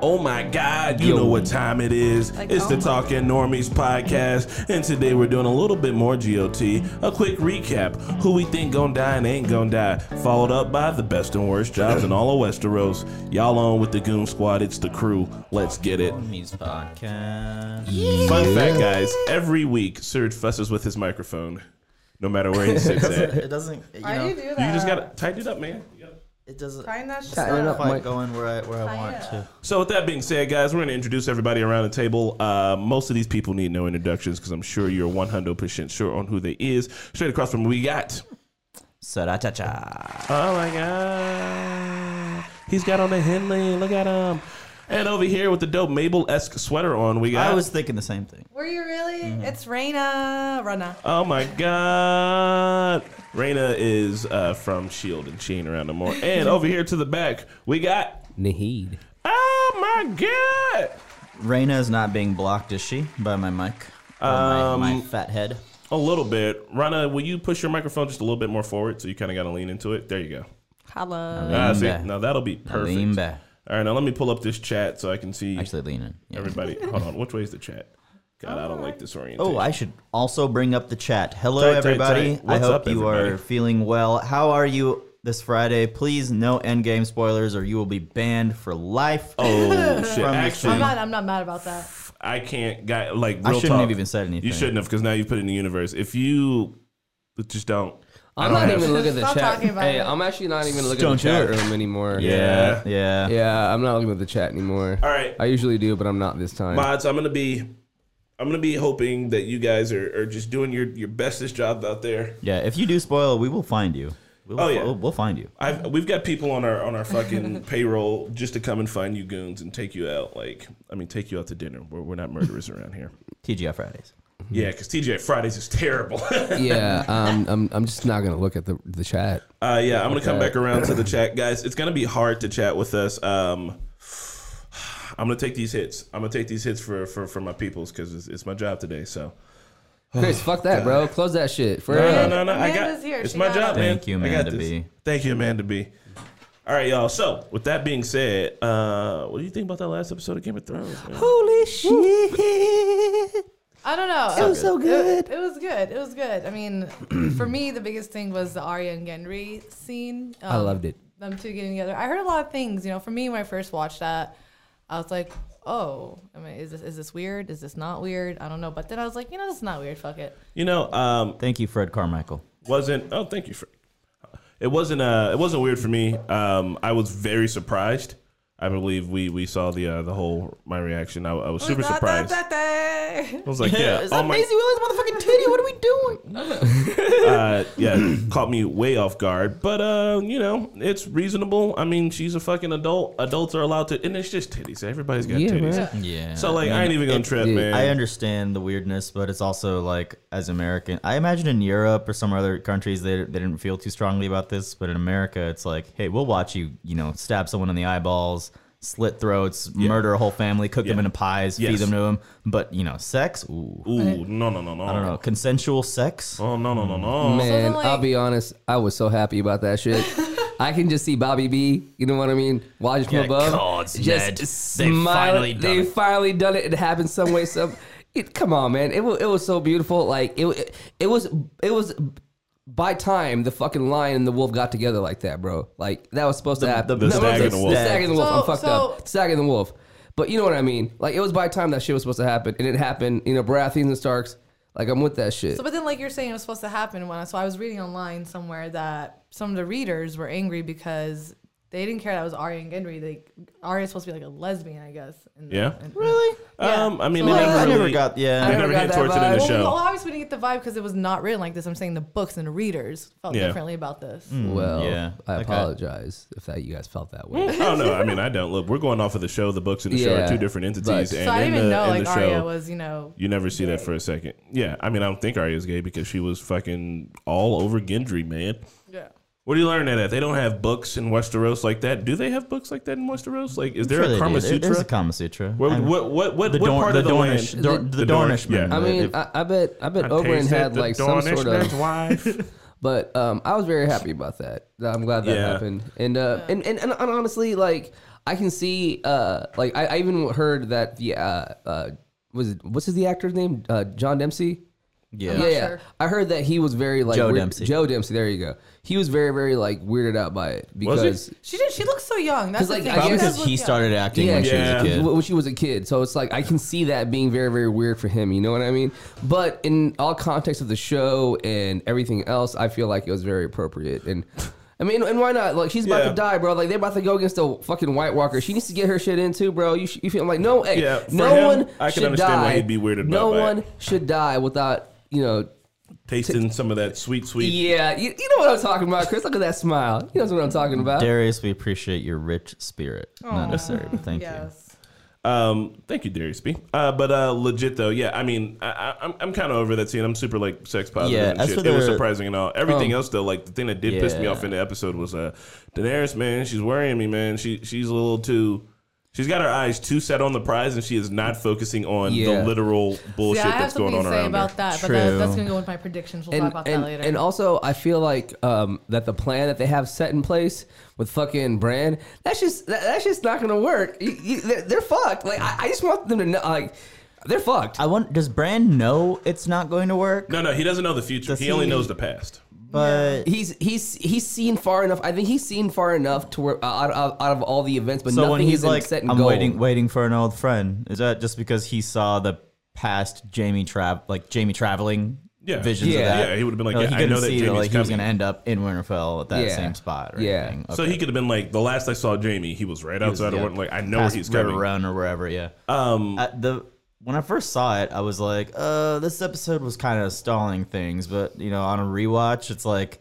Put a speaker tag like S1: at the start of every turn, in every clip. S1: Oh my God, you
S2: Yo.
S1: know what time it is.
S3: Like,
S1: it's
S3: oh
S1: the
S3: my
S1: Talking Normies podcast, and today we're doing a little bit more GOT. A quick recap who we think gonna die and ain't gonna die, followed up by the best and worst jobs in all of Westeros. Y'all on with the Goon Squad, it's the crew. Let's get it.
S2: Homies podcast.
S1: Fun fact, guys every week, Serge fusses with his microphone, no matter where he sits at. You
S2: It doesn't. You
S3: Why
S2: know,
S3: do you do that?
S1: just gotta tighten it up, man.
S2: it doesn't.
S3: Find that shit.
S4: Tighten it
S2: Not
S4: up,
S2: quite
S4: Mike.
S2: going where I where I want
S3: Hiya.
S2: to.
S1: So, with that being said, guys, we're going to introduce everybody around the table. Uh, most of these people need no introductions because I'm sure you're 100% sure on who they is. Straight across from we got.
S2: Sara cha cha.
S1: Oh my God. He's got on the Henley. Look at him. And over here with the dope Mabel esque sweater on, we got.
S2: I was thinking the same thing.
S3: Were you really? It's Raina. Rana.
S1: oh my God. Raina is uh, from S.H.I.E.L.D. and she ain't around no more. And over here to the back, we got.
S4: Nahid.
S1: Oh my God.
S2: Raina is not being blocked, is she? By my mic. Or
S1: Um,
S2: my, my fat head.
S1: A little bit. Rana, will you push your microphone just a little bit more forward so you kind of got to lean into it? There you go.
S3: Hello.
S1: Ah,
S2: Lean
S1: see,
S2: back.
S1: now that'll be perfect.
S2: Lean back.
S1: All right, now let me pull up this chat so I can see
S2: Actually, lean in. Yeah.
S1: everybody. Hold on, which way is the chat? God, I don't like this orientation.
S2: Oh, I should also bring up the chat. Hello,
S1: Tight, tight,
S2: everybody.
S1: tight.
S2: I
S1: What's
S2: hope
S1: up,
S2: you
S1: everybody?
S2: are feeling well. How are you this Friday? Please, no endgame spoilers, or you will be banned for life.
S1: Oh, shit.
S2: From the
S1: Actually,
S3: I'm not. I'm not mad about that.
S1: I can't. Got, like, real
S2: I shouldn't have
S1: talk.
S2: even said anything.
S1: You shouldn't have because now you've put it in the universe. If you but just don't.
S2: Uh,
S1: I
S4: I'm
S1: don't
S4: not
S1: have-
S4: even looking at the
S3: Stop
S4: chat.
S3: talking about
S4: Hey,
S3: it.
S4: I'm actually not even looking
S2: Don't
S4: at the chat
S2: do it.
S4: room anymore.
S1: Yeah.
S2: Yeah.
S4: Yeah, I'm not looking at the chat anymore.
S1: All right.
S4: I usually do, but I'm not this time.
S1: Mods, I'm gonna be, I'm gonna be hoping that you guys are, are just doing your your bestest job out there.
S2: Yeah, if you do spoil, we will find you. We will,
S1: Oh, yeah.
S2: we'll, we'll find you.
S1: I've, we've got people on our on our fucking payroll just to come and find you goons and take you out. Like, I mean, take you out to dinner. We're, we're not murderers around here.
S2: TGI Fridays.
S1: Yeah, because TJ Fridays is terrible.
S4: yeah, um, I'm, I'm just not going to look at the, the chat.
S1: uh, yeah, I'm gonna come
S4: Okay.
S1: back around to the chat, guys. It's gonna be hard to chat with us. Um, I'm gonna take these hits. I'm gonna take these hits for for, for my peoples because it's, it's my job today. So
S4: Chris, fuck that, bro. Close that shit. For
S1: no,
S4: real.
S1: no, no, no. I got
S3: Amanda's here.
S1: it's
S3: She
S1: my
S3: got
S1: job,
S3: it.
S1: man.
S2: Thank you,
S1: I got
S2: Amanda
S1: this.
S2: B.
S1: Thank you, Amanda B. All right, y'all. So, with that being said, uh, what do you think about that last episode of Game of Thrones? man?
S2: Holy shit.
S3: I don't know. It was so good. It, was good. It was good. I mean, for me, the biggest thing was the Arya and Gendry scene. Um,
S4: I loved it.
S3: Them two getting together. I heard a lot of things. You know, for me, when I first watched that, I was like, "Oh, I mean, is this is this weird? Is this not weird? I don't know." But then I was like, "You know, this is not weird. Fuck it."
S1: You know, um,
S2: Thank you, Fred Carmichael.
S1: wasn't oh thank you for it wasn't uh it wasn't weird for me um i was very surprised i believe we we saw the uh the whole my reaction i, I was super
S3: Da, da,
S1: surprised
S3: da, da.
S1: i was like yeah oh my
S2: motherfucking titty. What are we doing?
S1: uh yeah caught me way off guard but uh you know it's reasonable i mean she's a fucking adult adults are allowed to and it's just titties everybody's got
S4: Yeah,
S1: titties
S4: man.
S2: Yeah.
S1: so like i ain't even gonna trip
S4: yeah,
S1: man
S2: I understand the weirdness, but it's also like as American, I imagine in Europe or some other countries they, they didn't feel too strongly about this, but in America it's like, hey, we'll watch you, you know, stab someone in the eyeballs, slit throats, murder a whole family, cook them
S1: Yeah.
S2: into pies,
S1: Yes.
S2: feed them to them, but you know, sex, ooh,
S1: Ooh, no no no no
S2: I don't know, consensual sex.
S1: oh no no no no
S4: Man,
S3: then, like-
S4: I'll be honest. I was so happy about that shit. I can just see Bobby B. You know what I mean? Watch from
S2: Yeah,
S4: above.
S2: cards, Ned. They finally done
S4: they
S2: it.
S4: finally done it. It happened some way. Some. It, come on, man. It was, it was so beautiful. Like it, it. was. It was. By time the fucking lion and the wolf got together like that, bro. Like that was supposed to happen.
S2: the-
S4: No,
S1: The
S4: no,
S1: stag and the wolf.
S4: The stag and the wolf. I'm
S3: So-
S4: fucked
S3: so-
S4: up. Stag and the wolf. But you know what I mean. Like it was by time that shit was supposed to happen, and it happened. You know, Baratheons and Starks. Like I'm with that shit.
S3: So, but then, like you're saying, it was supposed to happen when. I, so I was reading online somewhere that some of the readers were angry because they didn't care that it was Arya and Gendry. They Arya's supposed to be like a lesbian, I guess. in the-
S1: Yeah.
S3: in-
S2: Really?
S3: Yeah.
S1: um i mean
S3: So,
S1: they
S3: like-
S1: never
S2: I never
S1: really-
S2: got
S1: they
S4: I
S2: yeah.
S4: never
S1: never
S4: got
S1: hit
S4: that
S1: towards it in the
S4: vibe.
S3: Well, we- well,
S1: show
S3: obviously we didn't get the vibe because it was not written like this. I'm saying the books and the readers felt
S1: Yeah. Mm.
S3: differently about this.
S4: Well,
S2: yeah.
S4: I
S2: Okay.
S4: apologize if that you guys felt that way.
S1: Oh no, I mean I don't. Look, we're going off of the show. The books and the show are
S4: Yeah,
S1: two different entities,
S4: but-
S1: and
S3: So I
S1: in
S3: didn't
S1: the,
S3: even know
S1: in
S3: like
S1: the
S3: Arya
S1: show,
S3: was, you know,
S1: you never see that for a second. Yeah, I mean I don't think Arya's gay because she was fucking all over Gendry, man.
S3: yeah.
S1: Where do you learn that at? They don't have books in Westeros like that. Do they have books like that in Westeros? Like, is there
S2: Sure
S1: a
S2: they
S1: Kama
S2: do. There-
S1: Sutra?
S2: There's a Kama Sutra.
S1: what,
S2: I'm-
S1: what what what,
S2: the
S1: what
S2: Dorn-
S1: part
S2: the
S1: of the
S2: Dornish,
S1: land?
S2: Dor- the Dornish men.
S4: I
S1: Yeah.
S4: mean, I, I bet I bet Oberyn
S1: tasted
S4: had
S1: the
S4: like some sort
S1: Dornishman's
S4: of,
S1: wife.
S4: but um, I was very happy about that. I'm glad that
S1: Yeah.
S4: happened, and uh, and, and and honestly, like I can see uh like I, I even heard that the uh, uh was it, what's his the actor's name uh John Dempsey
S2: Yeah.
S4: yeah, yeah.
S3: sure.
S4: I heard that he was very like
S2: Joe
S4: weird-
S2: Dempsey.
S4: Joe Dempsey. There you go. He was very very like weirded out by it because
S3: She did. She looks so young. That's
S4: 'Cause,
S3: the
S4: like,
S3: thing.
S4: I
S3: She
S2: Probably
S4: guess-
S3: does
S2: because
S3: look
S2: he
S3: young.
S2: started acting when she was
S4: yeah.
S2: a kid.
S4: When she was a kid. So it's like I can see that being very very weird for him. You know what I mean? But in all context of the show and everything else, I feel like it was very appropriate and. I mean, and why not? Like, she's about
S1: Yeah.
S4: to die, bro. Like, they're about to go against the fucking White Walker. She needs to get her shit in too, bro. You, sh- you feel like no, hey,
S1: Yeah, for
S4: no
S1: him,
S4: one
S1: I can
S4: should
S1: understand
S4: die.
S1: why he'd be weirded
S4: No
S1: out by it.
S4: one should die without you know
S1: Tasting some of that sweet, sweet.
S4: Yeah, you, you know what I'm talking about, Chris. Look at that smile. He knows what I'm talking about.
S2: Darius, we appreciate your rich spirit. Not necessary, but thank you.
S3: Yes.
S1: Um, thank you, Darius B. Uh, but uh, legit though, yeah. I mean, I, I, I'm I'm kind of over that scene. I'm super like sex positive
S2: Yeah,
S1: and
S2: as
S1: shit.
S2: for
S1: it was
S2: the-
S1: surprising and all. Everything else though, like the thing that did piss me
S2: yeah.
S1: off in the episode was uh, Daenerys. Man, she's worrying me. Man, she she's a little too. She's got her eyes too set on the prize, and she is not focusing on
S4: Yeah.
S1: the literal bullshit
S3: Yeah, I have
S1: that's
S3: something
S1: going
S3: to
S1: on
S3: say
S1: around
S3: about
S1: her.
S3: that, but that,
S2: True.
S3: that's gonna go with my predictions. We'll talk about
S4: and,
S3: that later.
S4: and also, I feel like um, that the plan that they have set in place with fucking Brand, that's just that, that's just not gonna work. You- you- they're, they're fucked. Like I, I just want them to know, like they're fucked.
S2: I want. Does Brand know it's not going to work?
S1: No, no, he doesn't know the future.
S2: Does
S1: He, only
S2: he-
S1: knows the past.
S2: But
S4: He's he's he's seen far enough. I think he's seen far enough to where uh, out, out, out of all the events, but
S2: so
S4: nothing
S2: when he's
S4: is in
S2: like,
S4: set in
S2: "I'm
S4: gold.
S2: waiting, waiting for an old friend," is that just because he saw the past Jamie trav like Jamie traveling?
S1: Yeah.
S2: Visions
S4: Yeah.
S2: of that.
S1: Yeah, he would've been like, "Yeah,
S2: he
S1: I
S2: couldn't
S1: know that
S2: see
S1: Jaime's
S2: like he was
S1: coming."
S2: gonna end up in Winterfell at that
S4: Yeah.
S2: same spot or
S4: Yeah.
S2: anything.
S1: So he could have been like, the last I saw Jamie, he was right outside of
S2: yeah.
S1: one. Like I know
S2: past uh,
S1: he's
S2: River
S1: coming.
S2: Run or wherever. Yeah. Um. the when I first saw it, I was like, "Uh, this episode was kind of stalling things," but you know, on a rewatch, it's like,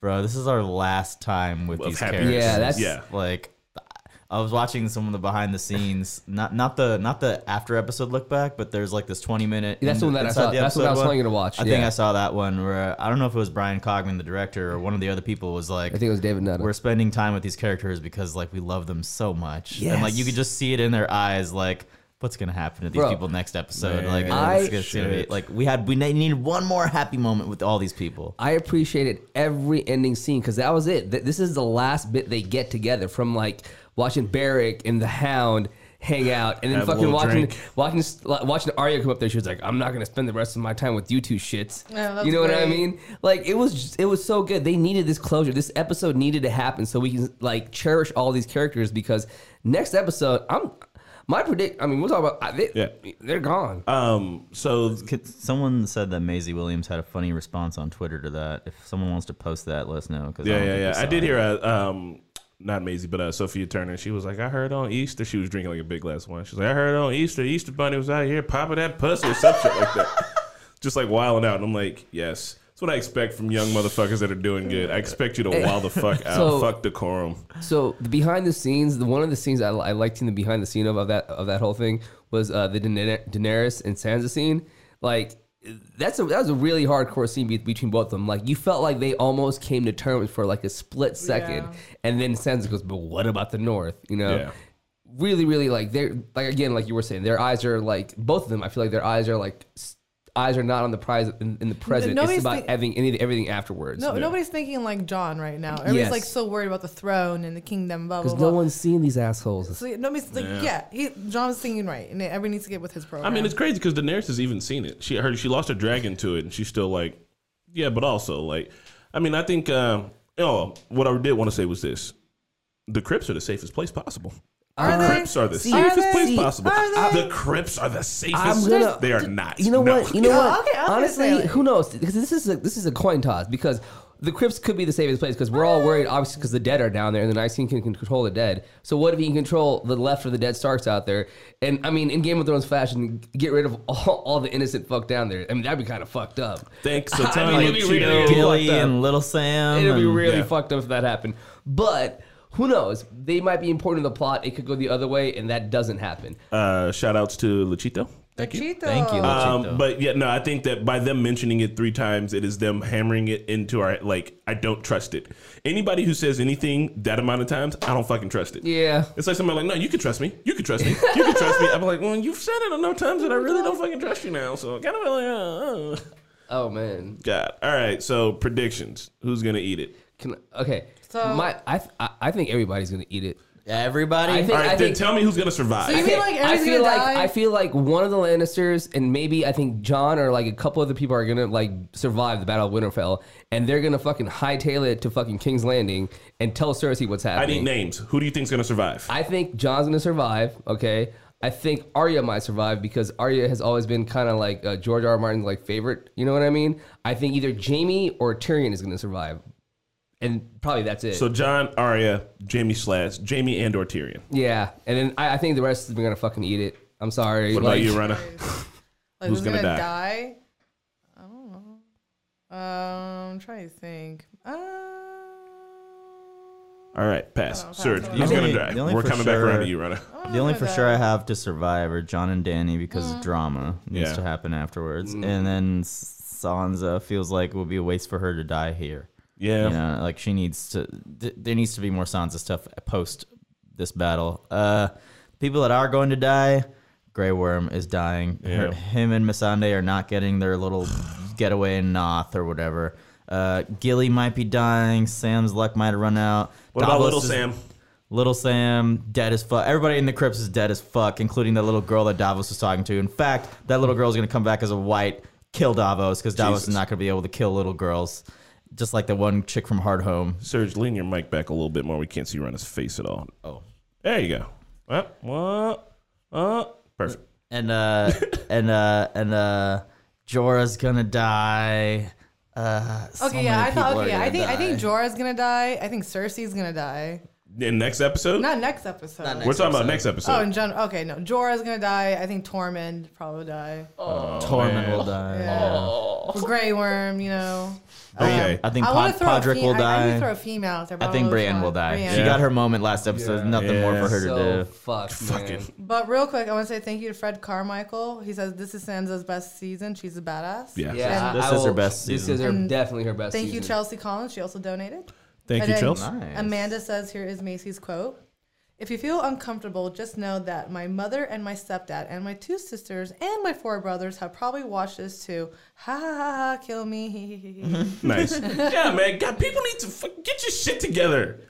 S2: "Bro, this is our last time with
S1: Of
S2: these
S1: happiness.
S2: characters."
S4: Yeah, that's-
S1: yeah.
S2: Like, I was watching some of the behind the scenes, not not the not the after episode look back, but there's like this 20 minute.
S4: That's the one that I
S2: inside
S4: saw-
S2: the
S4: that's the one I
S2: episode
S4: was telling you to watch,
S2: I think
S4: yeah.
S2: I saw that one where I don't know if it was Brian Cogman, the director, or one of the other people was like,
S4: I think it was David Nutter.
S2: we're spending time with these characters because like we love them so much and like you
S4: Yes.
S2: could just see it in their eyes like what's gonna happen to these
S4: Bro.
S2: people next episode like
S4: I-
S2: it's gonna- it's gonna be- like we had we ne- needed one more happy moment with all these people
S4: I appreciated every ending scene because that was it. Th- This is the last bit they get together from like watching Barrick and the Hound hang out, and then
S1: Have a
S4: fucking
S1: little
S4: watching,
S1: drink.
S4: watching watching Arya come up there. She was like, "I'm not gonna spend the rest of my time with you two shits."
S3: Yeah, that's
S4: you know what I
S3: great.
S4: mean? Like it was just, it was so good. They needed this closure. This episode needed to happen so we can like cherish all these characters because next episode I'm. My predict. I mean, we'll talk about. I- They,
S1: Yeah.
S4: They're gone.
S1: Um. So
S2: Could- someone said that Maisie Williams had a funny response on Twitter to that if someone wants to post that let us know because
S1: Yeah, yeah, yeah. I did hear uh, um not Maisie, but uh, Sophia Turner. She was like, I heard on Easter she was drinking like a big glass of wine. She's like, I heard on Easter, Easter Bunny was out here popping that pussy or some shit like that. Just like wilding out. And I'm like, yes. That's what I expect from young motherfuckers that are doing good. I expect you to wild the fuck out.
S4: So-
S1: fuck decorum.
S4: So the behind the scenes, the one of the scenes I, I liked in the behind the scene of, of that of that whole thing was uh, the Daener- Daenerys and Sansa scene. Like that's a that was a really hardcore scene be- between both of them. Like you felt like they almost came to terms for like a split second,
S3: Yeah.
S4: and then Sansa goes, "But what about the North?" You know.
S1: Yeah.
S4: Really, really like they're like again, like you were saying, their eyes are like both of them. I feel like their eyes are like s- eyes are not on the prize in, in the present.
S3: nobody's
S4: it's about
S3: think-
S4: having any everything afterwards.
S3: no, nobody's thinking like John right now. Everybody's
S4: Yes.
S3: like so worried about the throne and the kingdom. Blah blah
S4: because
S3: blah.
S4: no one's seeing these assholes.
S3: so nobody's like, yeah, he, John was thinking right, and everyone needs to get with his
S1: I
S3: program.
S1: mean, it's crazy because Daenerys has even seen it. She heard she lost her dragon to it, and she's still like, yeah, but also like, I mean, I think. Um, oh, what I did want to say was this: the crypts are the safest place possible.
S3: Are
S1: the
S3: they?
S1: Crips are the
S4: See,
S1: safest
S3: are they?
S1: place
S3: See,
S1: possible. Ah,
S3: are they?
S1: The Crips are the safest.
S4: I'm gonna-
S1: they are not.
S4: You know
S1: No.
S4: what? You know
S3: Yeah,
S4: what?
S3: okay, I was gonna
S4: Honestly,
S3: say, like-
S4: who knows? Because this is a, this is a coin toss because the Crips could be the safest place because we're all worried, obviously, because the dead are down there and the Night King can can control the dead. So what if he can control the left of the dead Starks out there? And I mean, in Game of Thrones fashion, get rid of all, all the innocent folk down there. I mean, that'd be kind of fucked up.
S1: Thanks a
S4: I mean,
S1: ton,
S4: it'd be really,
S1: Cheeto.
S4: really
S2: Gilly
S4: fucked up.
S2: and Little Sam
S4: It'll be
S2: and-
S4: really
S1: Yeah.
S4: fucked up if that happened. But who knows? They might be important to the plot. It could go the other way, and that doesn't happen.
S1: Uh, shout outs to Luchito. Thank you.
S3: Chito.
S2: thank you Luchito.
S1: Um, but yeah, no, I think that by them mentioning it three times, it is them hammering it into our like. I don't trust it. Anybody who says anything that amount of times, I don't fucking trust it.
S4: Yeah.
S1: It's like somebody like, no, you can trust me. You can trust me. You can trust me. I'm like, well, you've said it enough times that I really don't fucking trust you now. So kind of like, uh, uh.
S4: Oh man.
S1: God. All right. So predictions. Who's gonna eat it?
S4: Can okay.
S3: So-
S4: my I, th- I I think everybody's gonna eat it.
S2: Everybody.
S4: I think-
S1: All right, then
S4: think-
S1: tell me who's gonna survive.
S3: So you- mean, like,
S4: I
S3: everybody's
S4: feel
S3: gonna
S4: like
S3: die?
S4: I feel like one of the Lannisters and maybe I think John or like a couple other people are gonna like survive the Battle of Winterfell and they're gonna fucking hightail it to fucking King's Landing and tell Cersei what's
S1: I
S4: happening.
S1: need names. Who do you think's gonna survive?
S4: I think John's gonna survive. Okay. I think Arya might survive because Arya has always been kind of like uh, George R. R. Martin's like favorite. You know what I mean? I think either Jamie or Tyrion is gonna survive, and probably that's it.
S1: So John, Arya, Jamie Slash, Jamie and or Tyrion.
S4: yeah, and then I, I think the rest of them are gonna fucking eat it. I'm sorry.
S1: What about
S4: Like,
S1: you, Rana?
S3: Like,
S1: Who's
S3: who's
S1: gonna
S3: gonna,
S1: die?
S3: die? I don't know. Um, I'm trying to think. Um,
S1: All right, pass. Sir,
S3: pass.
S1: who's
S2: The
S1: gonna
S2: only-
S1: die?
S2: the only
S1: We're
S2: for
S1: coming back around
S2: sure-
S1: to you, Rana.
S2: The only for sure I have to survive are John and Danny because the drama needs
S1: Yeah. Mm.
S2: to happen afterwards, and then S- Sansa feels like it would be a waste for her to die here.
S1: Yeah.
S2: You know, like she needs to. Th- there needs to be more Sansa stuff post this battle. Uh, people that are going to die. Grey Worm is dying. Her-
S1: Yeah.
S2: him and Missandei are not getting their little getaway in Noth or whatever. Uh, Gilly might be dying. Sam's luck might have run out.
S1: What about
S2: Davos
S1: little
S2: is-
S1: Sam?
S2: Little Sam, dead as fuck. Everybody in the crypts is dead as fuck, including that little girl that Davos was talking to. In fact, that little girl's gonna come back as a white, kill Davos, because Davos
S1: Jesus.
S2: is not gonna be able to kill little girls. Just like the one chick from Hard Home.
S1: Serge, lean your mic back a little bit more. We can't see Rana's face at all.
S2: Oh.
S1: There you go. Well, well, well. Perfect.
S2: And uh and uh and uh Jorah's gonna die. Uh so
S3: Okay,
S2: many
S3: yeah, I thought.
S2: people are
S3: Okay, yeah, I
S2: gonna
S3: think I think
S2: die.
S3: Jorah's gonna die. I think Cersei's gonna die.
S1: In next episode?
S3: Not next episode.
S2: Not
S1: We're
S2: next
S1: talking about
S2: episode.
S1: next episode.
S3: Oh, in general. Okay, no, Jorah's gonna die. I think Tormund probably die.
S1: Oh.
S3: Oh,
S2: Tormund will die.
S3: Yeah. Grey Worm, you know.
S1: okay.
S2: I think
S3: I
S2: Pod-
S3: want to throw. a
S2: Podrick
S3: fe-
S2: will
S3: I, I need
S2: die.
S3: to throw a female out there. but
S2: I
S3: don't
S2: think
S3: know which
S2: Brienne will
S3: one.
S2: die.
S3: Brienne.
S2: She got her moment last episode. Nothing more for her to
S4: so
S2: do.
S4: fuck, man.
S1: Fucking.
S3: But real quick, I want to say thank you to Fred Carmichael. He says this is Sansa's best season. She's a badass.
S1: Yeah.
S4: Yeah,
S2: This
S4: I
S2: is her
S4: will-
S2: best season.
S4: This is her, definitely her best.
S3: Thank you,
S4: season.
S3: Chelsea Collins. She also donated.
S1: Thank
S3: And
S1: you,
S3: then
S1: Chelsea.
S2: Nice.
S3: Amanda says here is Macy's quote. If you feel uncomfortable, just know that my mother and my stepdad and my two sisters and my four brothers have probably watched this too. Ha ha ha ha, kill me. Hee, hee, hee, hee.
S1: Nice. yeah, man. God, people need to fuck, get your shit together.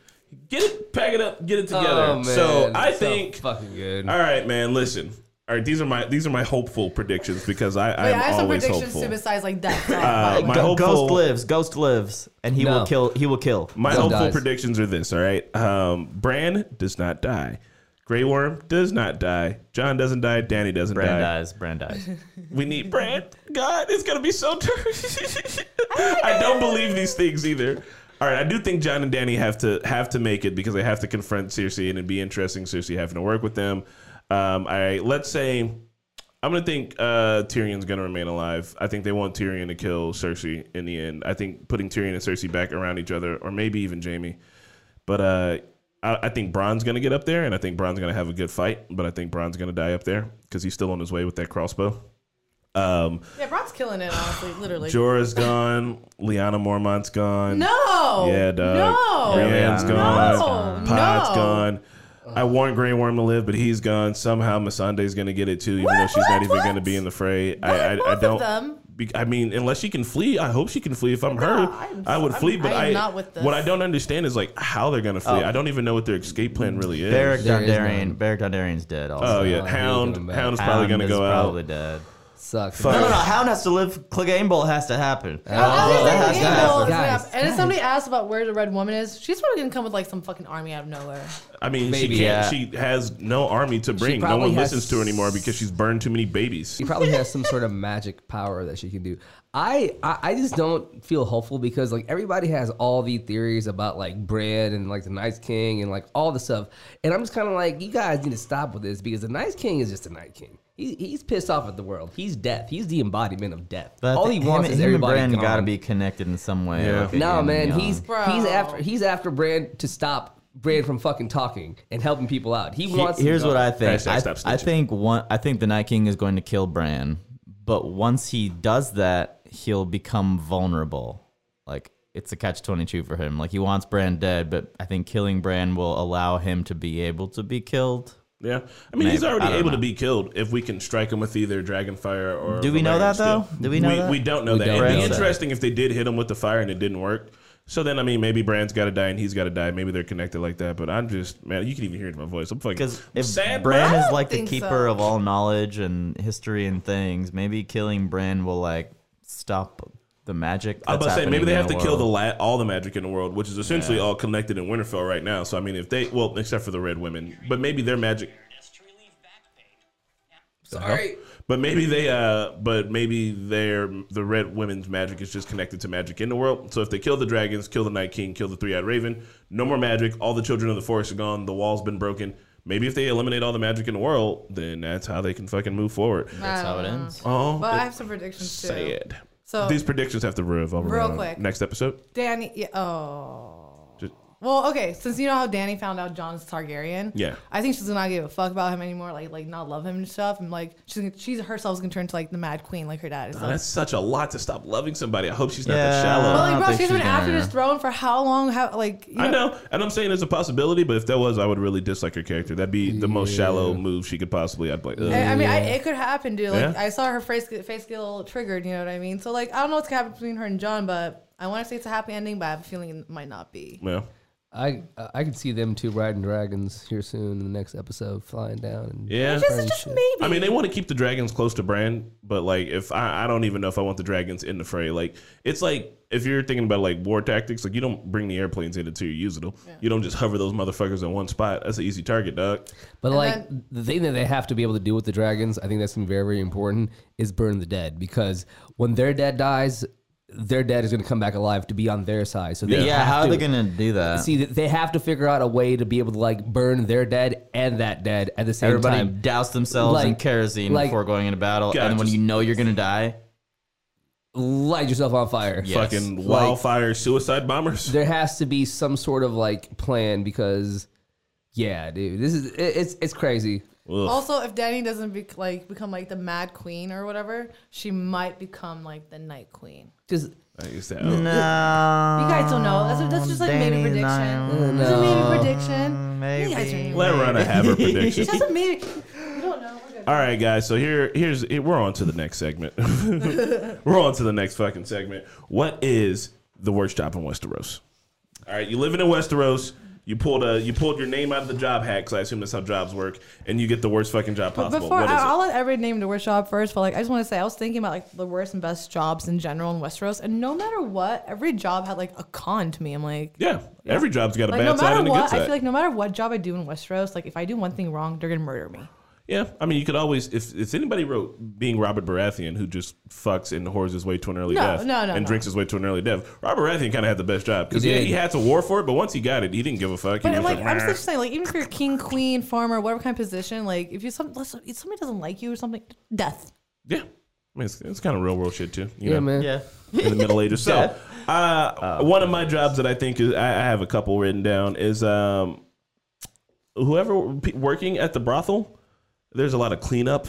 S1: Get it, pack it up, get it together.
S4: Oh, man.
S1: so I
S4: So
S1: think.
S4: fucking good.
S1: all right, man. Listen. All right, these are my these are my hopeful predictions because I
S3: Wait,
S1: I'm
S3: I have some
S1: always
S3: predictions
S1: hopeful.
S3: too besides like death.
S1: Uh, my
S2: Go-
S1: hopeful
S2: Ghost lives. Ghost lives, and he
S4: No.
S2: will kill. He will kill.
S1: my
S4: Ghost
S1: hopeful
S4: dies.
S1: predictions are this. All right, um, Bran does not die. Grey Worm does not die. John doesn't die. Danny doesn't
S2: Brand
S1: die.
S2: dies. Brand dies.
S1: We need Bran. God, it's gonna be so dirty. I don't believe these things either. All right, I do think John and Danny have to have to make it because they have to confront Cersei, and it'd be interesting Cersei having to work with them. Um, all right, let's say I'm gonna think uh, Tyrion's gonna remain alive. I think they want Tyrion to kill Cersei in the end. I think putting Tyrion and Cersei back around each other, or maybe even Jamie. But uh, I, I think Bron's gonna get up there, and I think Bron's gonna have a good fight. But I think Bron's gonna die up there because he's still on his way with that crossbow. Um,
S3: yeah, Brock's killing it honestly, literally.
S1: Jorah's gone. Liana Mormont's gone.
S3: no.
S1: Yeah, dog.
S3: No.
S1: Brienne's
S2: Yeah.
S1: gone.
S3: No.
S1: Pod's
S3: No.
S1: gone. I want Grey Worm to live, but he's gone. Somehow Masande's going to get it too, even
S3: What?
S1: though she's not
S3: What?
S1: even
S3: What?
S1: going to be in the fray.
S3: What?
S1: I, I, I
S3: Both of
S1: don't.
S3: them?
S1: Be, I mean, unless she can flee, I hope she can flee. If I'm her,
S3: I'm-
S1: I would
S3: I'm-
S1: flee. But
S3: I am
S1: I,
S3: not with this.
S1: what I don't understand is like how they're going to flee.
S2: Oh.
S1: I don't even know what their escape plan really is.
S2: Beric
S4: There is
S2: Dondarrion.
S4: none.
S2: Beric Dondarrion's dead. Also.
S1: oh yeah,
S4: Oh,
S1: Hound.
S4: he's gonna-
S1: Hound is probably going to
S2: Hound
S1: go
S2: is
S1: out.
S2: Probably dead.
S4: Sucks.
S1: Fuck.
S2: No, no, no. Hound has to live. Clegane Bowl has to happen.
S4: Oh,
S3: I was
S4: That
S3: gonna
S4: has
S3: say,
S4: to
S3: Gabriel
S4: happen.
S3: is gonna
S4: Guys,
S3: have- and if somebody asks about where the red woman is, she's probably gonna come with like some fucking army out of nowhere.
S1: I mean,
S4: Maybe,
S1: she
S2: yeah.
S1: can't. She has no army to bring. No
S4: probably
S1: one
S4: has-
S1: listens to her anymore because she's burned too many babies.
S4: She probably has some sort of magic power that she can do. I, I I just don't feel hopeful because like everybody has all the theories about like Bran and like the Night King and like all the stuff, and I'm just kind of like you guys need to stop with this because the Night King is just the Night King. He, he's pissed off at the world. He's death. He's the embodiment of death.
S2: But
S4: all
S2: I
S4: he
S2: think
S4: wants
S2: him,
S4: is
S2: him and
S4: everybody
S2: Bran
S4: gone.
S2: gotta be connected in some way.
S1: Yeah.
S2: like a
S4: No
S2: yin
S4: man,
S2: yang.
S4: he's
S3: Bro.
S4: he's after he's after Bran to stop Bran from fucking talking and helping people out. He,
S2: He-
S4: wants.
S2: here's what I think.
S1: Hashtag
S2: I,
S1: stop
S2: I
S1: snitching.
S2: think one. I think the Night King is going to kill Bran, but once he does that, he'll become vulnerable. Like it's a catch twenty two for him. Like he wants Bran dead, but I think killing Bran will allow him to be able to be killed.
S1: Yeah, I mean he's
S2: Maybe.
S1: already
S2: I don't
S1: able to
S2: know.
S1: be killed if we can strike him with either dragonfire or.
S2: Do we know
S1: Valerian
S2: that,
S1: steel.
S2: though? Do we know
S1: we,
S2: that?
S1: We don't know that.
S4: don't
S1: It'd be
S2: know that.
S1: interesting if they did hit him with the fire and it didn't work. So then, I mean, maybe Brand's got to die and he's got to die. Maybe they're connected like that. But I'm just, man, you can even hear it in my voice. I'm fucking
S2: Because if
S1: sad. bro.
S2: Bran
S3: I
S2: is
S3: don't
S2: like the
S3: think
S2: keeper
S3: so.
S2: of all knowledge and history and things, maybe killing Bran will like stop the magic.
S1: I was about
S2: that's
S1: to say maybe
S2: happening
S1: they
S2: in
S1: have to
S2: the
S1: kill the la-
S2: world.
S1: all the magic in the world, which is essentially all connected in Winterfell right now. So I mean, if they well, except for the Red Women, but maybe their magic,
S5: That's to relieve back pain.
S4: Sorry.
S1: but maybe they, uh, but maybe their the Red Women's magic is just connected to magic in the world. So if they kill the dragons, kill the Night King, kill the Three Eyed Raven, no more magic. All the children of the forest are gone. The wall's been broken. Maybe if they eliminate all the magic in the world, then that's how they can fucking move forward.
S2: That's how it ends.
S1: Oh,
S3: But I have some predictions too.
S1: sad.
S3: So-
S1: These predictions have to revolve
S3: Real
S1: around
S3: quick.
S1: next episode.
S3: Danny, yeah, oh.
S1: Just-
S3: Well, okay. Since you know how Danny found out John's Targaryen,
S1: Yeah.
S3: I think she's gonna not give a fuck about him anymore. Like, like not love him and stuff. And like, she's she's herself's gonna turn to like the Mad Queen, like her dad. Is
S1: Oh,
S3: like,
S1: that's such a lot to stop loving somebody. I hope she's not that
S2: Yeah.
S1: shallow.
S3: but
S2: I
S3: like,
S2: don't
S3: bro,
S2: think
S3: she's been
S2: she's
S3: after
S2: gonna-
S3: this throne for how long? How like, you
S1: I know, and I'm saying there's a possibility, but if that was, I would really dislike her character. That'd be the most shallow move she could possibly. I'd be like,
S3: I,
S1: Ugh.
S3: I mean, I, it could happen, dude. Like,
S1: Yeah.
S3: I saw her face get- face get a little triggered. You know what I mean? So like, I don't know what's gonna happen between her and John, but I want to say it's a happy ending, but I have a feeling it might not be.
S1: well,
S4: I I can see them two riding dragons here soon in the next episode, flying down. And
S1: yeah.
S3: This is just maybe.
S1: I mean, they want to keep the dragons close to Bran, but like, if I, I don't even know if I want the dragons in the fray. Like, it's like if you're thinking about like war tactics, like you don't bring the airplanes in until you use them. You don't just hover those motherfuckers in one spot. That's an easy target, dog.
S4: But like
S3: then-
S4: the thing that they have to be able to do with the dragons, I think that's gonna be very, very important, is burn the dead because when their dead dies, their dead is gonna come back alive to be on their side. So they
S2: Yeah,
S4: have
S2: how are
S4: to,
S2: they gonna do that?
S4: see that they have to figure out a way to be able to like burn their dead and that dead at the same
S2: Everybody
S4: time.
S2: douse themselves in
S4: Like-
S2: kerosene
S4: like-
S2: before going into battle,
S1: God,
S2: and when
S1: just-
S2: you know you're gonna die,
S4: Light yourself on fire.
S2: Yes.
S1: Fucking wildfire suicide bombers.
S4: There has to be some sort of like plan because yeah, dude, this is it, it's it's crazy.
S3: Also, if Danny doesn't be, like become like the Mad Queen or whatever, she might become like the Night Queen.
S4: Just
S1: Like, it's that-
S2: No, um,
S3: You guys don't know. That's, that's just like maybe prediction. That's a maybe prediction. You guys
S2: Maybe.
S3: are-
S1: Let Rana have her prediction.
S3: That's a maybe. You don't know. We're good.
S1: All right, guys. So here, here's here- we're on to the next segment. we're on to the next fucking segment. What is the worst job in Westeros? All right, you living in Westeros. You pulled a you pulled your name out of the job hack. 'cause I assume that's how jobs work, and you get the worst fucking job
S3: But
S1: possible.
S3: Before
S1: what is
S3: I,
S1: it?
S3: I'll let everybody name the worst job first, but like I just want to say I was thinking about like the worst and best jobs in general in Westeros, and no matter what, every job had like a con to me. I'm like,
S1: Yeah, every job's got a
S3: like
S1: bad
S3: no
S1: side
S3: matter
S1: and a
S3: what,
S1: good
S3: I
S1: side.
S3: feel like no matter what job I do in Westeros, like if I do one thing wrong, they're gonna murder me.
S1: yeah, I mean, you could always if if anybody wrote being Robert Baratheon who just fucks and whores his way to an early
S3: No,
S1: death
S3: no, no,
S1: and
S3: no.
S1: drinks his way to an early death. Robert Baratheon kind of had the best job because
S4: He
S1: yeah,
S4: did.
S1: he had to war for it, but once he got it, he didn't give a fuck. He
S3: But
S1: was
S3: like I'm
S1: "Meh."
S3: just saying, like even if you're king, queen, farmer, whatever kind of position, like if you some if somebody doesn't like you or something, death.
S1: Yeah. I mean, it's, it's kind of real world shit too. You
S4: yeah,
S1: know,
S4: man.
S2: Yeah.
S1: in the Middle Ages. So, uh, one of my jobs that I think is I, I have a couple written down is um, whoever pe- working at the brothel. There's a lot of cleanup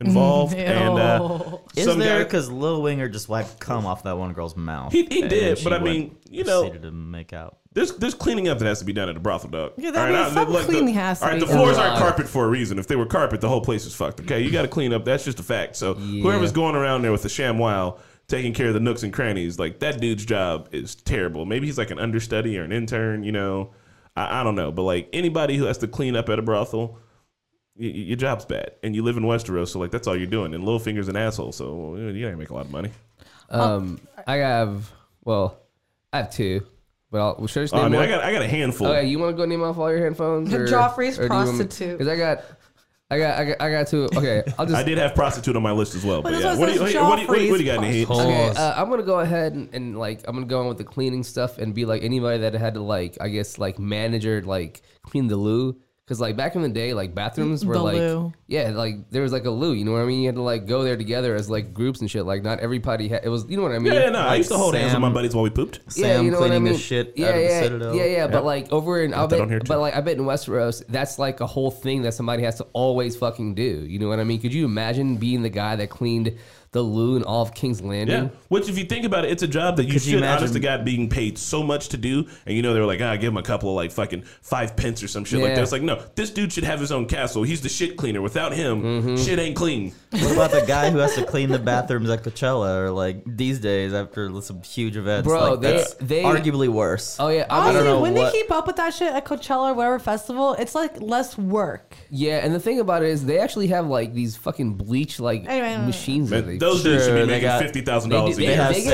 S1: involved, and uh,
S2: Is
S1: some
S2: there?
S1: guy-
S2: Because Lil Winger just wiped cum off that one girl's mouth.
S1: He- he
S2: and
S1: did,
S2: she
S1: but I
S2: went-
S1: mean, you know-
S2: proceeded to make out.
S1: There's there's cleaning up that has to be done at a brothel, dog.
S3: Yeah, that means some cleaning
S1: the,
S3: has to
S1: all right,
S3: be
S1: the floors
S4: done.
S1: aren't carpet for a reason. If they were carpet, the whole place is fucked. Okay, you got to clean up. That's just a fact. So whoever's going around there with the ShamWow taking care of the nooks and crannies, like that dude's job is terrible. Maybe he's like an understudy or an intern. You know, I, I don't know, but like anybody who has to clean up at a brothel. y- y- Your job's bad, and you live in Westeros, so like that's all you're doing. And Littlefinger's an asshole, so you ain't make a lot of money.
S4: Um, I have well, I have two, but I'll well, should I just
S1: Oh,
S4: name
S1: I mean,
S4: one?
S1: I got I got a
S3: Oh,
S1: handful.
S4: okay, you want to go name off all your headphones? Or,
S3: Joffrey's prostitute.
S4: Because I got, I got, I got, I got two. Okay, I'll just.
S1: I did have prostitute on my list as well. But,
S3: that's
S1: yeah,
S3: what
S1: what
S3: I
S1: do, you,
S3: said,
S1: what, do you, what, do you, what do you
S3: Joffrey's
S1: got, Nahid?
S2: Pause.
S4: Okay, uh, I'm gonna go ahead and, and like I'm gonna go on with the cleaning stuff and be like anybody that had to like I guess like manager like clean the loo because like back in the day like
S2: Mm,
S4: bathrooms were
S3: The
S4: like
S3: loo.
S4: yeah like there was like a loo you know what I mean you had to like go there together as like groups and shit like not everybody had, it was you know what I mean
S1: Yeah, yeah, no. I
S2: Like
S1: used to hold hands with my
S2: Sam-
S1: buddies while we pooped.
S2: Sam cleaning the shit out of the
S4: yeah,
S2: Citadel.
S4: Yeah, yeah, but like over in, I
S1: that on here,
S4: bet,
S1: too.
S4: but like I bet in Westeros, that's like a whole thing that somebody has to always fucking do. You know what I mean? Could you imagine being the guy that cleaned the loon off King's Landing.
S1: Yeah, which if you think about it, it's a job that you
S2: you
S1: should, honest
S2: imagine-
S1: to God, being paid so much to do. And you know they were like, ah, give him a couple of like fucking five pence or some shit like
S4: Yeah.
S1: that. It's like, no, this dude should have his own castle. He's the shit cleaner. Without him,
S2: Mm-hmm.
S1: shit ain't clean.
S2: What about the guy who has to clean the bathrooms at Coachella or like these days after some huge events?
S4: Bro,
S2: like,
S4: they-
S2: that's
S4: they-
S2: arguably worse.
S4: Oh yeah, I,
S3: Honestly,
S4: don't know.
S3: when
S2: what-
S3: they keep up with that shit at Coachella or whatever festival, it's like less work.
S4: Yeah, and the thing about it is they actually have like these fucking bleach like
S3: Anyway, anyway.
S4: machines. that they-
S1: Man, those dudes should
S2: Sure,
S1: be
S2: they
S1: making
S2: got-
S1: fifty thousand
S4: they
S1: dollars
S4: do-
S1: a
S2: they
S1: year.
S2: have
S4: they get-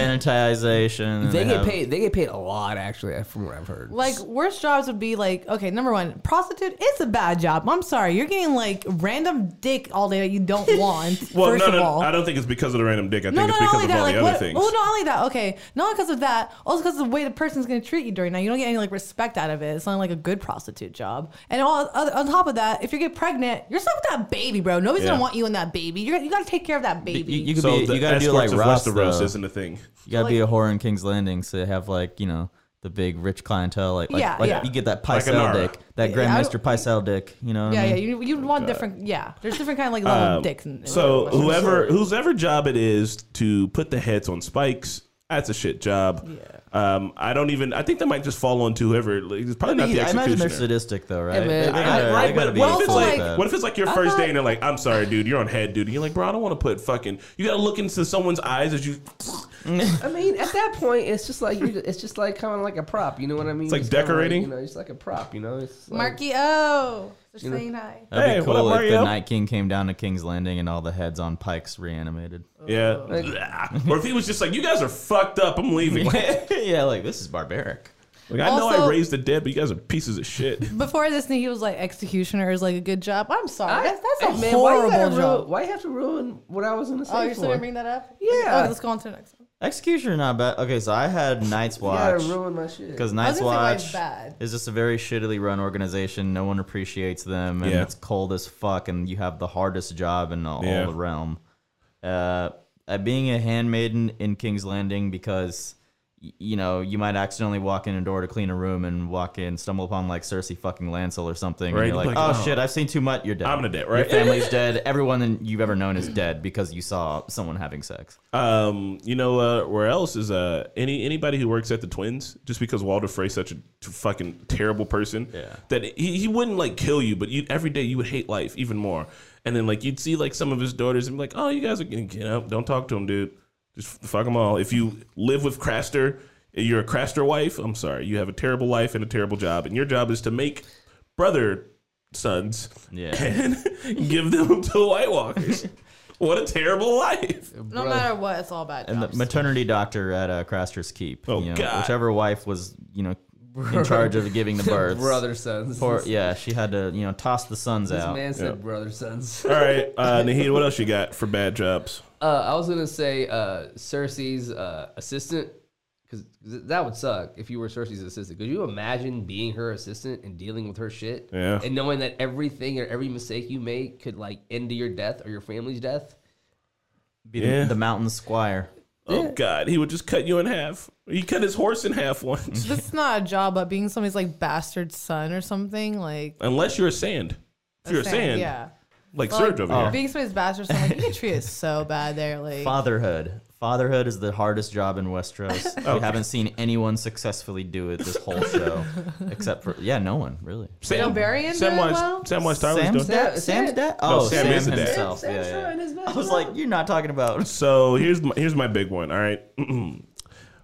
S2: sanitization. and
S4: they get
S2: have-
S4: paid. They get paid a lot, actually, from what I've heard.
S3: Like worst jobs would be like okay, number one, prostitute. It's a bad job. I'm sorry, you're getting like random dick all day that you don't want.
S1: Well,
S3: first
S1: no,
S3: of
S1: no,
S3: all,
S1: I don't think it's because of the random dick. I think
S3: no, no,
S1: it's
S3: not
S1: because
S3: only
S1: of
S3: that.
S1: all
S3: Like,
S1: the
S3: what?
S1: other things.
S3: Oh, not only that. Okay, not because of that. Also because of the way the person's going to treat you during that. You don't get any like respect out of it. It's not like a good prostitute job. And all, other, on top of that, if you get pregnant, you're stuck with that baby, bro. Nobody's
S1: Yeah.
S3: going to want you and that baby. You're, you got to take care of that baby.
S2: You, you could
S1: So
S2: be.
S1: the
S2: You gotta do like
S1: escorts of
S2: Ross.
S1: Westeros
S2: though.
S1: isn't a thing.
S2: You gotta be a whore in King's Landing, so you have like you know the big rich clientele. Like, like,
S3: Yeah,
S2: like
S3: yeah.
S2: you get that
S1: Like a
S2: Pycelle
S1: Nara.
S2: dick, that
S3: Yeah,
S2: Grandmaster
S3: I-
S2: Pycelle dick. You know what
S3: yeah,
S2: I
S3: yeah.
S2: mean?
S3: You, you want different. Yeah, there's different kind of like level
S1: Um,
S3: of dicks. In,
S1: So
S3: in-
S1: whoever whosever job it is to put the heads on spikes, that's a shit job. Yeah. Um, I don't even. I think that might just fall onto whoever. Like, it's probably not the
S2: I imagine they're
S1: executioner.
S2: sadistic though, right?
S4: Yeah, man.
S2: They- they
S4: I-
S1: I-
S2: gotta- they
S1: right,
S2: gotta
S1: but
S2: be
S1: what
S2: able
S1: if it's
S2: to do
S3: like-
S2: that.
S1: What if it's like your first
S3: thought-
S1: day and they're like, "I'm sorry, dude, you're on head duty." You're like, "Bro, I don't want to put fucking." You gotta look into someone's eyes as you.
S4: I mean, at that point, it's just like you're, it's just like kind of like a prop. You know what I mean?
S1: It's like
S4: Just kinda
S1: decorating?
S4: you know, it's like a prop. You know, it's like,
S3: Marky O, they're
S4: know.
S3: saying hi.
S2: That'd
S1: Hey,
S2: be
S1: what
S2: cool
S1: up,
S2: if the
S1: Mario?
S2: Night King came down to King's Landing and all the heads on pikes reanimated.
S1: Yeah.
S3: Oh.
S1: or if he was just like, "You guys are fucked up. I'm leaving." like,
S2: yeah, like this is barbaric.
S1: I know I
S3: Also-
S1: raised the dead, but you guys are pieces of shit.
S3: Before this, he was like executioner is like a good job. I'm sorry,
S4: I-
S3: oh, that's, that's a
S4: hey, man, why you
S3: horrible
S4: gotta ruin-
S3: job.
S4: why you have to ruin what I was gonna say?
S3: Oh, you're still
S4: for?
S3: gonna bring that up?
S4: Yeah.
S3: Okay, let's go on to the next one.
S2: Executioner not bad. Okay, so I had Night's
S4: You gotta
S2: Watch.
S4: ruin my shit.
S2: Because
S3: I was
S2: Night's
S3: gonna say why it's
S2: Watch
S3: bad.
S2: is just a very shittily run organization. No one appreciates them, and
S1: Yeah.
S2: it's cold as fuck. And you have the hardest job in all
S1: Yeah.
S2: the realm. Uh, uh, being a handmaiden in King's Landing because y- you know you might accidentally walk in a door to clean a room and walk in, stumble upon like Cersei fucking Lancel or something.
S1: Right,
S2: And you're like,
S1: like,
S2: oh,
S1: oh.
S2: shit, I've seen too much. You're dead.
S1: I'm gonna dead, right?
S2: Your family's dead. Everyone that you've ever known is dead because you saw someone having sex.
S1: Um, you know, uh, where else is uh any anybody who works at the Twins? Just because Walter Frey's such a t- fucking terrible person,
S2: Yeah.
S1: that he, he wouldn't like kill you, but you every day you would hate life even more. And then like you'd see like some of his daughters and be like, oh, you guys are getting get up. Don't talk to him, dude. Just f- fuck them all. If you live with Craster, you're a Craster wife. I'm sorry, you have a terrible life and a terrible job, and your job is to make brother sons
S2: Yeah.
S1: and give them to White Walkers. what a terrible life.
S3: No matter what, it's all bad
S2: and the
S3: jobs.
S2: maternity doctor at uh, Craster's Keep.
S1: Oh,
S2: you know,
S1: God.
S2: Whichever wife was, you know, in charge of giving the birth.
S4: brother sons.
S2: Or, yeah, she had to, you know, toss the sons
S4: This
S2: out.
S4: man said brother sons.
S1: All right, uh, Nahid, what else you got for bad jobs?
S4: Uh, I was gonna say uh, Cersei's uh, assistant, because that would suck if you were Cersei's assistant. Could you imagine being her assistant and dealing with her shit,
S1: Yeah.
S4: and knowing that everything or every mistake you make could like end to your death or your family's death?
S2: Be
S1: Yeah.
S2: the, the mountain squire.
S1: Oh God, he would just cut you in half. He cut his horse in half once.
S3: this is not a job, but being somebody's like bastard son or something like.
S1: Unless you're a sand, if you're a sand,
S3: yeah.
S1: like
S3: Well,
S1: Serge over
S2: Oh.
S1: here.
S3: Being somebody's bastard son, like, you get treated so bad there. Like,
S2: Fatherhood. Fatherhood is the hardest job in Westeros. We haven't seen anyone successfully do it this whole show, except for yeah, no one really.
S1: Sam,
S3: Valerian did
S1: Samwise,
S3: well?
S1: Samwise Tarly's
S2: Sam's
S1: doing.
S4: doing-
S2: dad. Sam's dad.
S1: No,
S2: Oh,
S1: Sam
S2: Sam,
S1: is the dad.
S2: himself.
S4: Sam- Sam's
S2: yeah,
S4: trying his
S2: yeah.
S4: best
S2: I was
S4: job.
S2: like, you're not talking about.
S1: So here's my, here's my big one. All right.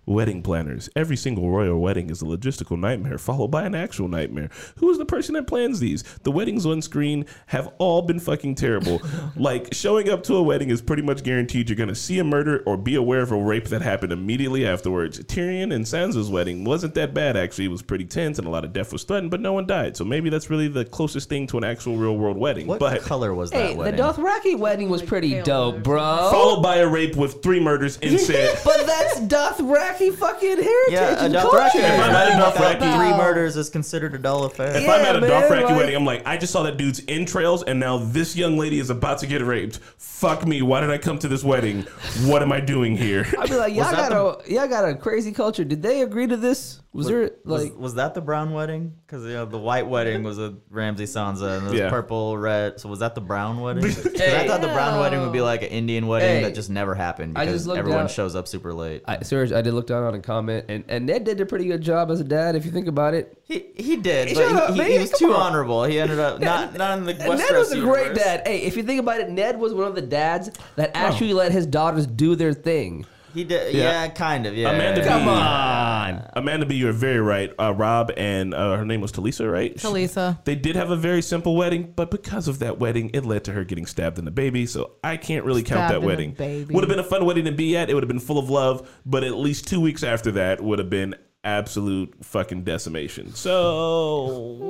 S1: Wedding planners. Every single royal wedding is a logistical nightmare, followed by an actual nightmare. Who is the person that plans these? The weddings on screen have all been fucking terrible. like, showing up to a wedding is pretty much guaranteed you're gonna see a murder or be aware of a rape that happened immediately afterwards. Tyrion and Sansa's wedding wasn't that bad, actually. It was pretty tense and a lot of death was threatened, but no one died. So maybe that's really the closest thing to an actual real world wedding.
S2: What
S1: but
S2: color was that
S4: Hey, the
S2: wedding?
S4: Dothraki wedding was pretty
S3: Caleb
S4: dope,
S3: or
S4: bro.
S1: followed by a rape with three murders and said.
S4: but that's Dothraki. Dothraki fucking heritage
S2: Yeah, a
S4: and
S2: Dothraki.
S4: culture.
S1: If I'm at a Dothraki-
S2: Like, Three
S3: Wow.
S2: murders is considered a dull affair.
S1: If I'm at a
S4: man,
S1: Dothraki
S4: like-
S1: wedding, I'm like, I just saw that dude's entrails, and now this young lady is about to get raped. Fuck me. Why did I come to this wedding? What am I doing here?
S4: I'd be like, y'all
S2: that
S4: got a y'all got a crazy culture. Did they agree to this? Was there
S2: was,
S4: like
S2: was that the brown wedding? Because you know the white wedding was a Ramsey Sansa and it was
S1: Yeah.
S2: purple, red. So was that the brown wedding? 'Cause I thought the brown wedding would be like an Indian wedding
S4: Hey.
S2: that just never happened
S4: I
S2: because
S4: just looked
S2: everyone
S4: up-
S2: shows up super late.
S4: I, seriously, I did look down on a comment, and, and Ned did a pretty good job as a dad, if you think about it.
S2: he he did,
S4: Hey,
S2: but
S4: shut
S2: he,
S4: up,
S2: he-
S4: man,
S2: he was
S4: come
S2: too
S4: on.
S2: honorable. He ended up not not in the Westeros.
S4: Ned was a great
S2: universe.
S4: dad. Hey, if you think about it, Ned was one of the dads that actually let his daughters do their thing.
S2: He did,
S1: Yeah.
S2: yeah, kind of, yeah.
S1: Amanda
S4: Come
S1: B.
S4: on.
S1: Amanda B, you're very right. Uh, Rob and uh, her name was Talisa, right? She-
S3: Talisa.
S1: they did have a very simple wedding, but because of that wedding, it led to her getting stabbed in the baby. So I can't really count
S3: Stabbed
S1: that
S3: in the
S1: wedding.
S3: baby.
S1: Would have been a fun wedding to be at. It would have been full of love, but at least two weeks after that would have been absolute fucking decimation. So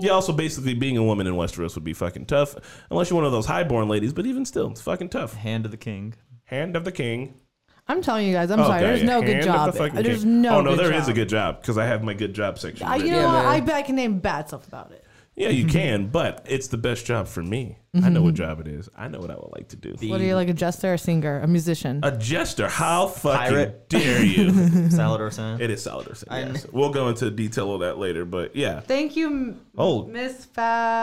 S1: yeah, also basically being a woman in Westeros would be fucking tough, unless you're one of those highborn ladies. But even still, it's fucking tough.
S2: Hand of the king.
S1: Hand of the king.
S3: I'm telling you guys, I'm sorry.
S1: God,
S3: There's
S1: Oh, yeah.
S3: no
S1: Hand
S3: good
S1: of
S3: job.
S1: the fucking
S3: There's
S1: king.
S3: no.
S1: Oh no,
S3: good
S1: there is
S3: job.
S1: a good job because I have my good job section.
S3: I, you
S1: written.
S3: know, what? I
S4: man.
S3: bet I can name bad stuff about it.
S1: Yeah, you can, but it's the best job for me. I know what job it is. I know what I would like to do.
S4: E.
S3: What are you like, a jester, a singer, a musician?
S1: A jester, how fucking
S2: Pirate.
S1: dare you?
S2: Salad or something.
S1: it is solid or something.
S2: I
S1: yes.
S2: kn-
S1: We'll go into detail on that later, but yeah.
S3: Thank you, M-
S1: Oh.
S3: Miss Fabrienne.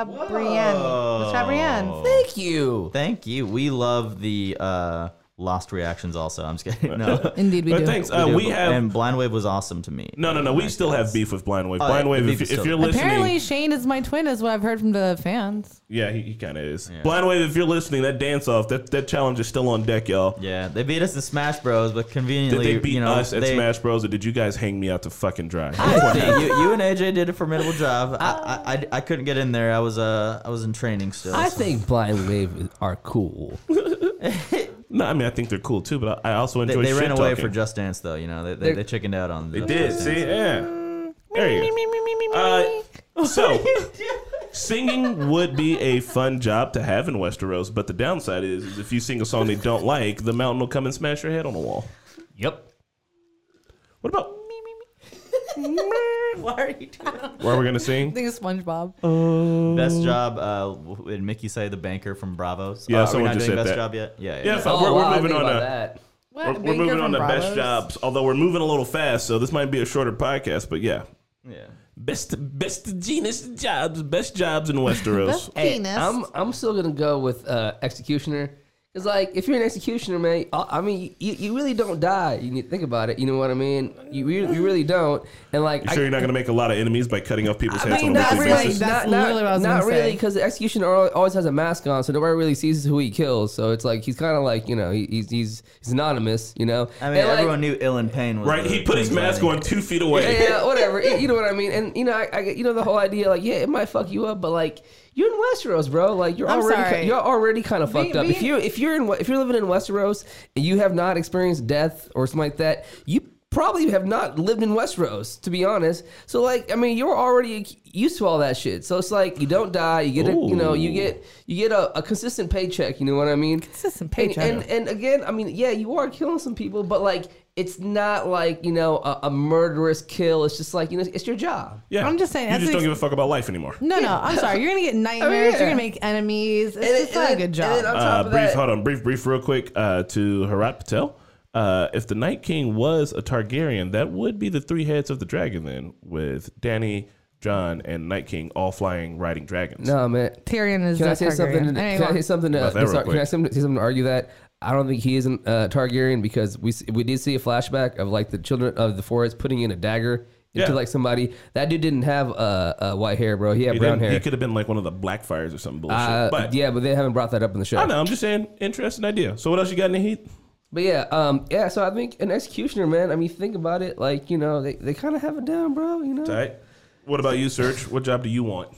S3: Miss Fabrienne.
S4: Thank you.
S2: Thank you. We love the uh, lost reactions. Also, I'm just kidding. No.
S3: Indeed, we
S1: but
S3: do.
S1: thanks. Uh, we have
S2: and Blind Wave was awesome to me.
S1: no, no, no. We still have beef with Blind Wave.
S2: Oh,
S1: Blind
S2: yeah,
S1: Wave,
S2: the
S1: if,
S2: beef is
S1: if
S2: still
S1: you're
S2: there.
S1: listening,
S3: Apparently, Shane is my twin, is what I've heard from the fans.
S1: yeah, he, he kind of is. Blind Wave, if you're listening, that dance off, that that challenge is still on deck, y'all.
S2: Yeah, they beat us in Smash Bros, but
S1: Did
S2: conveniently,
S1: they beat
S2: you know,
S1: us at
S2: they,
S1: Smash Bros, or did you guys hang me out to fucking dry?
S2: I think you, you and AJ did a formidable job. I, I, I, I couldn't get in there. I was uh I was in training still.
S4: I
S2: so-
S4: think blind wave are cool.
S1: no, I mean I think they're cool too, but I I also
S2: they,
S1: enjoy.
S2: they
S1: shit
S2: ran away
S1: talking.
S2: for Just Dance though. You know, they they, they
S4: They're-
S2: chickened out on.
S1: They did. See, yeah. There you go. Uh, so, singing would be a fun job to have in Westeros, but the downside is, is if you sing a song they don't like, the mountain will come and smash your head on a wall.
S4: Yep.
S1: What about?
S3: Why are you doing that?
S1: Where are we gonna
S3: I
S1: sing?
S3: think it's SpongeBob.
S1: Uh,
S2: Best job. Uh, w- did Mickey say the banker from Bravos?
S1: Yeah,
S2: Uh, are we
S1: someone
S2: not
S1: just
S2: doing
S1: said that.
S2: best job yet. Yeah, yeah.
S1: Yeah, so
S4: Oh,
S1: uh, we're,
S4: wow,
S1: we're
S4: I
S1: moving
S4: think
S1: on
S4: about
S1: to
S4: that.
S3: What?
S1: we're, we're
S3: Baker
S1: moving on
S3: from
S1: to best
S3: Bravos?
S1: jobs. Although we're moving a little fast, so this might be a shorter podcast, but yeah,
S2: yeah.
S1: best best genus jobs, best jobs in Westeros.
S3: Best
S4: Hey,
S3: penis.
S4: I'm I'm still gonna go with uh, executioner. Cause like if you're an executioner, man, I I mean you, you really don't die. You need to think about it. You know what I mean? You you, you really don't. And like
S1: you
S4: I-
S1: sure you're not gonna make a lot of enemies by cutting off people's heads
S3: mean,
S1: on a
S3: that's
S1: weekly
S3: really-
S1: basis?
S3: that's literally what I was
S4: not
S3: gonna
S4: really
S3: say.
S4: because the executioner al- always has a mask on, so nobody really sees who he kills. So it's like he's kind of like you know he, he's he's he's anonymous, you know.
S2: I mean,
S4: And, like,
S2: everyone knew Ilan Payne was
S1: Right,
S2: the
S1: he put his
S2: king's
S1: mask
S2: landing.
S1: on two feet away.
S4: yeah, yeah, whatever. You know what I mean? And you know, I, I you know the whole idea, like, yeah, it might fuck you up, but like, you're in Westeros, bro. Like, you're
S3: I'm
S4: already
S3: sorry.
S4: you're already kind of fucked up. If
S3: being-
S4: you if you're in if you're living in Westeros and you have not experienced death or something like that, you probably have not lived in Westeros, to be honest. So like, I mean, you're already used to all that shit. So it's like you don't die, you get a, you know, you
S1: Ooh.
S4: get you get a, a consistent paycheck. You know what I mean?
S3: Consistent
S4: And-
S3: paycheck.
S4: and, and again, I mean, yeah, you are killing some people, but like, it's not like you know a, a murderous kill. It's just like you know, it's your job.
S1: Yeah.
S3: I'm just saying,
S1: You
S3: that's
S1: just
S3: an
S1: don't
S3: ex-
S1: give a fuck about life anymore.
S3: no, no, I'm sorry. You're gonna get nightmares. You're
S4: yeah.
S3: gonna make enemies. It's
S4: And
S3: just
S4: it-
S3: not a
S4: and it-
S3: good
S4: and it-
S3: job.
S4: on
S1: Uh,
S4: top of
S1: brief,
S4: that,
S1: hold on, brief, brief, real quick uh, to Harat Patel. Uh, if the Night King was a Targaryen, that would be the three heads of the dragon, then, with Danny, John, and Night King all flying, riding dragons.
S4: no man.
S3: Tyrion is
S4: Can I
S3: not
S4: say something?
S3: Targaryen.
S4: To,
S3: Anyway,
S4: can I
S3: go
S4: say
S3: on.
S4: something? To,
S1: About that real
S4: sorry, can I
S1: quick.
S4: say something to argue that? I don't think he is a uh, Targaryen because we s- we did see a flashback of like the children of the forest putting in a dagger into
S1: Yeah.
S4: like somebody. That dude didn't have uh, uh, white hair, bro. He had
S1: he,
S4: brown
S1: didn't- he
S4: hair.
S1: could have been like one of the Blackfires or some bullshit.
S4: Uh,
S1: but
S4: yeah, but they haven't brought that up in the show.
S1: I don't know. I'm just saying, interesting idea. So, what else you got in the heat?
S4: But yeah, um, yeah. So I think an executioner, man. I mean, think about it. Like you know, they, they kind of have it down, bro. You know.
S1: All right. What about you, Serge? What job do you want?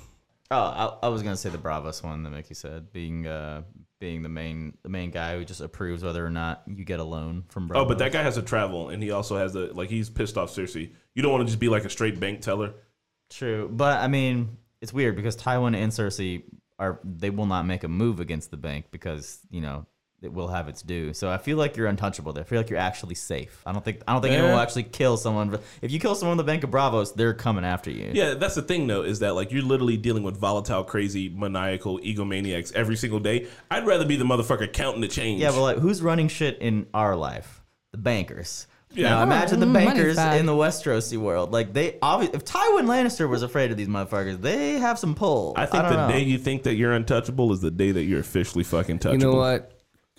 S2: Oh, I, I was gonna say the Bravos one that Mickey said, being uh, being the main the main guy who just approves whether or not you get a loan from
S1: Oh,
S2: Bravos.
S1: but that guy has to travel, and he also has a like. He's pissed off Cersei. You don't want to just be like a straight bank teller.
S2: true. But I mean, it's weird because Tywin and Cersei are they will not make a move against the bank because you know it will have its due. So I feel like you're untouchable. There. I feel like you're actually safe. I don't think I don't think anyone
S1: Yeah.
S2: will actually kill someone. But if you kill someone in the Bank of Bravos, they're coming after you.
S1: Yeah, that's the thing though, is that like you're literally dealing with volatile, crazy, maniacal, egomaniacs every single day. I'd rather be the motherfucker counting the change.
S2: Yeah, but like, who's running shit in our life? The bankers.
S1: Yeah.
S2: Yeah. Now,
S1: Oh,
S2: imagine the
S3: mm,
S2: bankers
S3: money's bad.
S2: in the Westrosi world. Like they, obvi- if Tywin Lannister was afraid of these motherfuckers, they have some pull.
S1: I think
S2: don't
S1: the
S2: know.
S1: day you think that you're untouchable is the day that you're officially fucking touchable.
S4: You know what?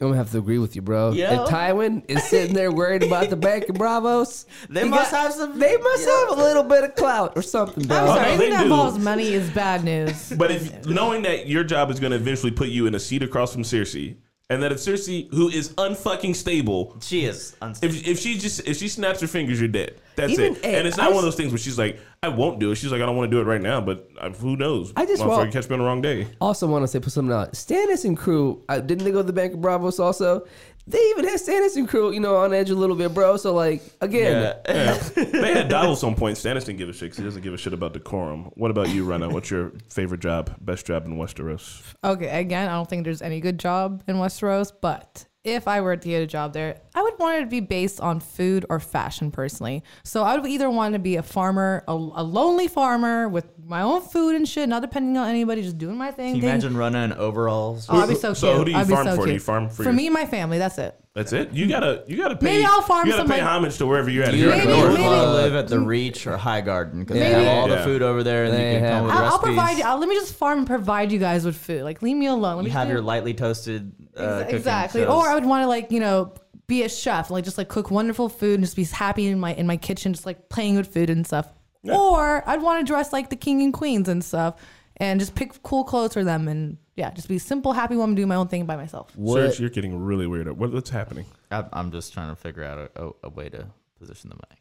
S4: I'm gonna have to agree with you, bro.
S2: Yeah.
S4: If Tywin is sitting there worried about the bank of Bravos,
S2: They
S4: he
S2: must have some-
S4: They must
S2: yeah.
S4: have a little bit of clout or something,
S3: I'm
S4: bro.
S1: no,
S3: sorry,
S1: Uh, they
S3: anything that
S1: do.
S3: involves money is bad news.
S1: But if knowing that your job is going to eventually put you in a seat across from Cersei, and that if Cersei, who is unfucking stable,
S2: she is. Unstable.
S1: if, if she just if she snaps her fingers, you're dead. That's
S4: Even-
S1: it.
S4: hey,
S1: and it's not
S4: I
S1: one of
S4: s-
S1: those things where she's like, I won't do it. She's like, I don't want to do it right now, but I, who knows?
S4: I just
S1: Motherfucker
S4: want-
S1: catch me on the wrong day.
S4: Also, want to say put something out. Stannis and crew. Uh, didn't they go to the bank of Bravos also? They even had Stannis and crew, you know, on edge a little bit, bro. So like again,
S1: Yeah. they had Davos on point. Stannis didn't give a shit 'cause he doesn't give a shit about decorum. What about you, Rena? What's your favorite job, best job in Westeros?
S3: Okay, again, I don't think there's any good job in Westeros, but if I were to get a job there, I would want it to be based on food or fashion personally. So I would either want to be a farmer, a, a lonely farmer with my own food and shit, not depending on anybody, just doing my thing.
S2: Can you
S3: thing.
S2: imagine running in overalls?
S3: Oh, I'd be so cute.
S1: So who do you
S3: I'd be
S1: farm
S3: so
S1: for? Do
S3: Cute.
S1: you farm for
S3: for
S1: your-
S3: me and my family. That's it.
S1: That's it. You gotta you gotta pay.
S3: Maybe I'll farm
S1: You gotta
S3: somebody-
S1: pay homage to wherever you're at. If
S2: You
S1: You're at
S3: Maybe-
S1: North.
S2: would
S3: maybe-
S2: want to live at the Reach or High Garden because they
S4: Maybe-
S2: have all the
S1: Yeah.
S2: food over there, and
S4: They
S2: you can
S4: have-
S2: come with
S3: I'll, I'll
S2: recipes.
S3: provide you. I'll, let me just farm and provide you guys with food. Like, leave me alone. Let me
S2: you
S3: just
S2: have
S3: do-
S2: your lightly toasted uh,
S3: Exa-
S2: cooking
S3: exactly.
S2: shows.
S3: Or I would want to like you know be a chef, like just like cook wonderful food and just be happy in my in my kitchen, just like playing with food and stuff. Or I'd want to dress like the king and queens and stuff, and just pick cool clothes for them, and yeah, just be a simple, happy woman, do my own thing by myself.
S1: Serge, you're getting really weird. What, what's happening?
S2: I'm- I'm just trying to figure out a, a, a way to position the mic.